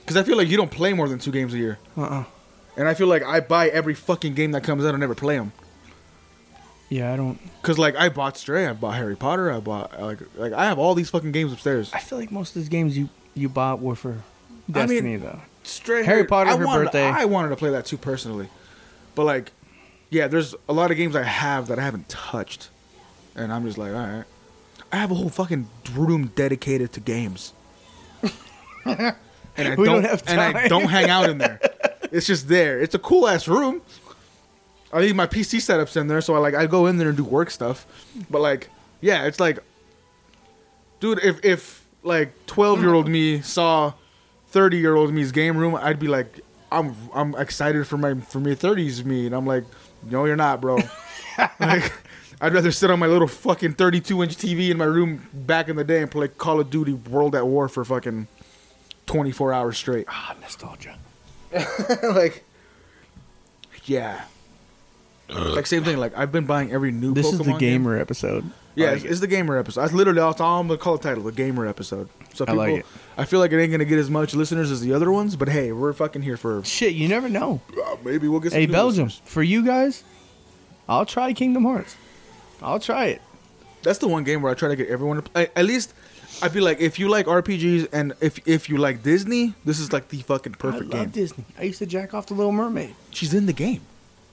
B: because I feel like you don't play more than two games a year,
C: Uh-uh.
B: and I feel like I buy every fucking game that comes out and never play them.
C: Yeah, I don't.
B: Cause like I bought Stray, I bought Harry Potter, I bought like like I have all these fucking games upstairs.
C: I feel like most of these games you you bought were for Destiny though.
B: Stray,
C: Harry Potter,
B: I
C: her
B: wanted,
C: birthday.
B: I wanted to play that too personally, but like, yeah, there's a lot of games I have that I haven't touched, and I'm just like, all right, I have a whole fucking room dedicated to games, and I
C: We don't
B: don't,
C: have
B: and I
C: time.
B: don't hang out in there. It's just there. It's a cool ass room. I leave my PC setups in there, so I like I go in there and do work stuff, but like, yeah, it's like dude if if like 12 year old me saw 30 year old me's game room i'd be like i'm i'm excited for my for my 30s me and i'm like no you're not bro like i'd rather sit on my little fucking 32 inch tv in my room back in the day and play call of duty world at war for fucking 24 hours straight
C: Ah, nostalgia.
B: like yeah like same thing like i've been buying every new
C: This is the
B: Pokemon game
C: gamer episode.
B: yeah,
C: I like
B: it's, it's the gamer episode. That's literally all, all I'm gonna call the title, the gamer episode. So
C: I
B: people,
C: like it.
B: I feel like it ain't gonna get as much listeners as the other ones, but hey, we're fucking here for
C: it. Shit, you never know.
B: uh, maybe we'll get. Some
C: Hey
B: new
C: Belgium,
B: listeners.
C: for you guys, I'll try Kingdom Hearts. I'll try it.
B: That's the one game where I try to get everyone to play. At least, I'd be like, if you like RPGs and if if you like Disney, this is like the fucking perfect
C: I love
B: game.
C: Disney. I used to jack off the Little Mermaid.
B: She's in the game.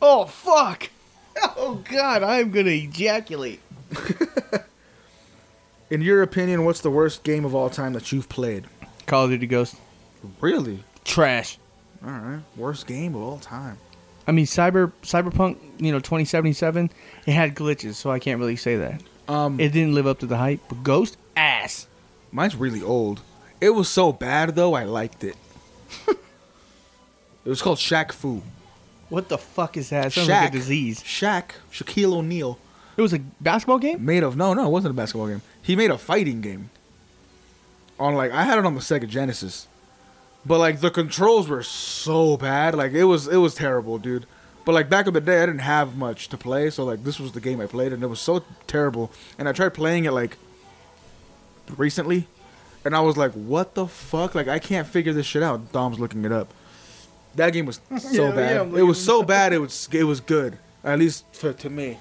C: Oh fuck! Oh god, I'm gonna ejaculate.
B: In your opinion, what's the worst game of all time that you've played?
C: Call of Duty Ghost.
B: Really?
C: Trash.
B: All right. Worst game of all time.
C: I mean, Cyber Cyberpunk, you know, 2077, it had glitches, so I can't really say that.
B: Um,
C: It didn't live up to the hype. But Ghost ass.
B: mine's really old. It was so bad though, I liked it. it was called Shaq Fu.
C: What the fuck is that? It sounds like a disease.
B: Shaq Shaquille O'Neal
C: It was a basketball game.
B: made of no, no, it wasn't a basketball game. He made a fighting game. On like I had it on the Sega Genesis, but like the controls were so bad, like it was it was terrible, dude. But like back in the day, I didn't have much to play, so like this was the game I played, and it was so terrible. And I tried playing it like recently, and I was like, "What the fuck? Like I can't figure this shit out." Dom's looking it up. That game was so
C: Yeah, yeah, I'm
B: bad. it
C: looking
B: was
C: it
B: so bad. It was it was good, at least for, to me.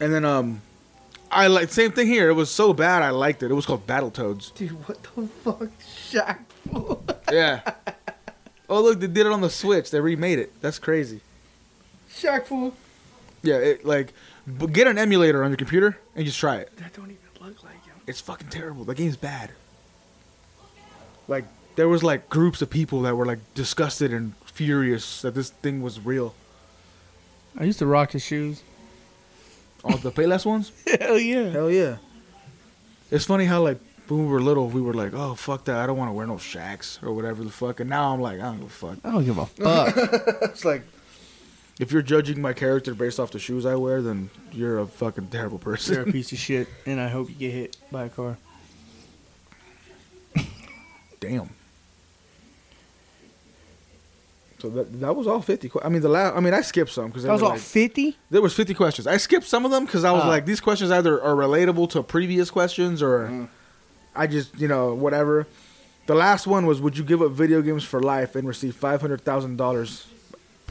B: And then um, I like same thing here. It was so bad I liked it. It was called Battletoads.
C: Dude, what the fuck, Shaq?
B: Yeah. oh look, they did it on the Switch. They remade it. That's crazy.
C: Shaq fool.
B: Yeah, it like b- get an emulator on your computer and just try it.
C: That don't even look like him.
B: It's fucking terrible. The game's bad. Like there was like groups of people that were like disgusted and furious that this thing was real.
C: I used to rock his shoes.
B: All the Payless ones?
C: Hell yeah.
B: Hell yeah. It's funny how like when we were little, we were like, "Oh fuck that! I don't want to wear no shacks or whatever the fuck." And now I'm like, "I don't give a fuck."
C: I don't give a fuck.
B: It's like if you're judging my character based off the shoes I wear, then you're a fucking terrible
C: You're a
B: person.
C: piece of shit, and I hope you get hit by a car.
B: Damn. So that that was all fifty. que- I mean the last. I mean I skipped some because
C: That was all
B: like,
C: fifty.
B: there was fifty questions. I skipped some of them because I was
C: Ah.
B: like these questions either are relatable to previous questions or
C: Mm-hmm.
B: I just you know whatever. The last one was would you give up video games for life and receive five hundred thousand dollars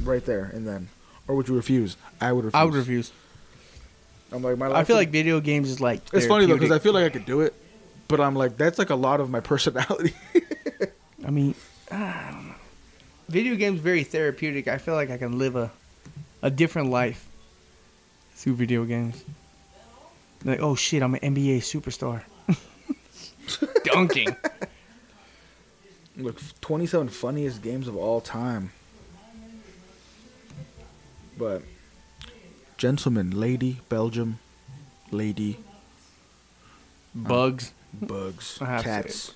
B: right there and then, or would you refuse? I would refuse.
C: I would refuse.
B: I'm like my. Life
C: I feel
B: would-
C: like video games is like.
B: It's funny though because I
C: therapeutic.
B: feel like I could do it, but I'm like that's like a lot of my personality.
C: I mean, I don't know. Video games very therapeutic. I feel like I can live a, a different life through video games. Like, oh shit, I'm an NBA superstar. Dunking.
B: Look, 27 funniest games of all time. But gentlemen, lady, Belgium, lady,
C: Bugs.
B: bugs,
C: I have to say
B: cats.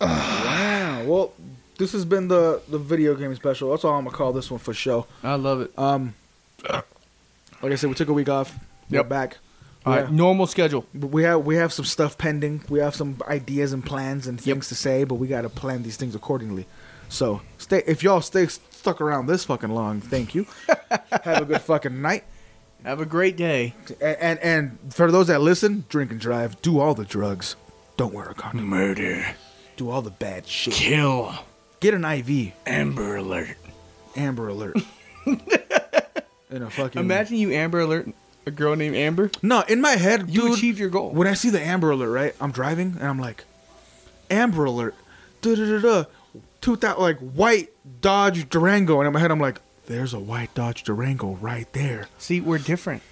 B: wow. Well, this has been the the video game special. That's all I'm gonna call this one for show.
C: I love it.
B: Um, like I said, we took a week off. We're
C: Yep.
B: back.
C: All right,
B: Yeah.
C: normal schedule.
B: But we have we have some stuff pending. We have some ideas and plans and things to say, but we got to plan these things accordingly. So stay if y'all stay stuck around this fucking long. Thank you. have a good fucking night.
C: Have a great day.
B: And, and and for those that listen, drink and drive. Do all the drugs. Don't wear a condom.
C: Murder.
B: Do all the bad shit.
C: Kill.
B: Get an IV.
C: Amber Alert.
B: Amber Alert. in a fucking
C: Imagine you Amber Alert a girl named Amber.
B: No, in my head,
C: You
B: dude.
C: achieved your goal.
B: When I see the Amber Alert, right? I'm driving and I'm like, Amber Alert, da da da da, two thousand like white Dodge Durango, and in my head I'm like, there's a white Dodge Durango right there.
C: See, we're different.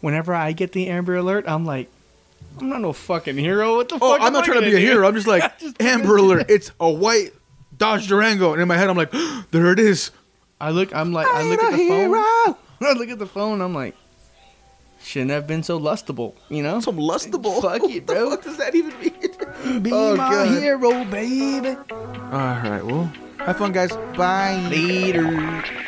C: Whenever I get the Amber Alert, I'm like, I'm not no fucking hero. What the
B: Oh,
C: fuck?
B: I'm
C: am
B: not
C: I
B: trying to be
C: gonna
B: a
C: do?
B: hero. I'm just like
C: Just-
B: Amber Alert. It's a white Dodge Durango, and in my head I'm like, there it is.
C: I look. I'm like. I look at
B: Ain't
C: the
B: a
C: phone.
B: hero.
C: I look at the phone. I'm like, shouldn't have been so lustable. You know.
B: Some lustable.
C: Fuck it,
B: what the
C: bro.
B: fuck does that even mean?
C: Be
B: Oh,
C: my
B: God.
C: hero, baby.
B: All right, well, have fun, guys. Bye.
C: Later.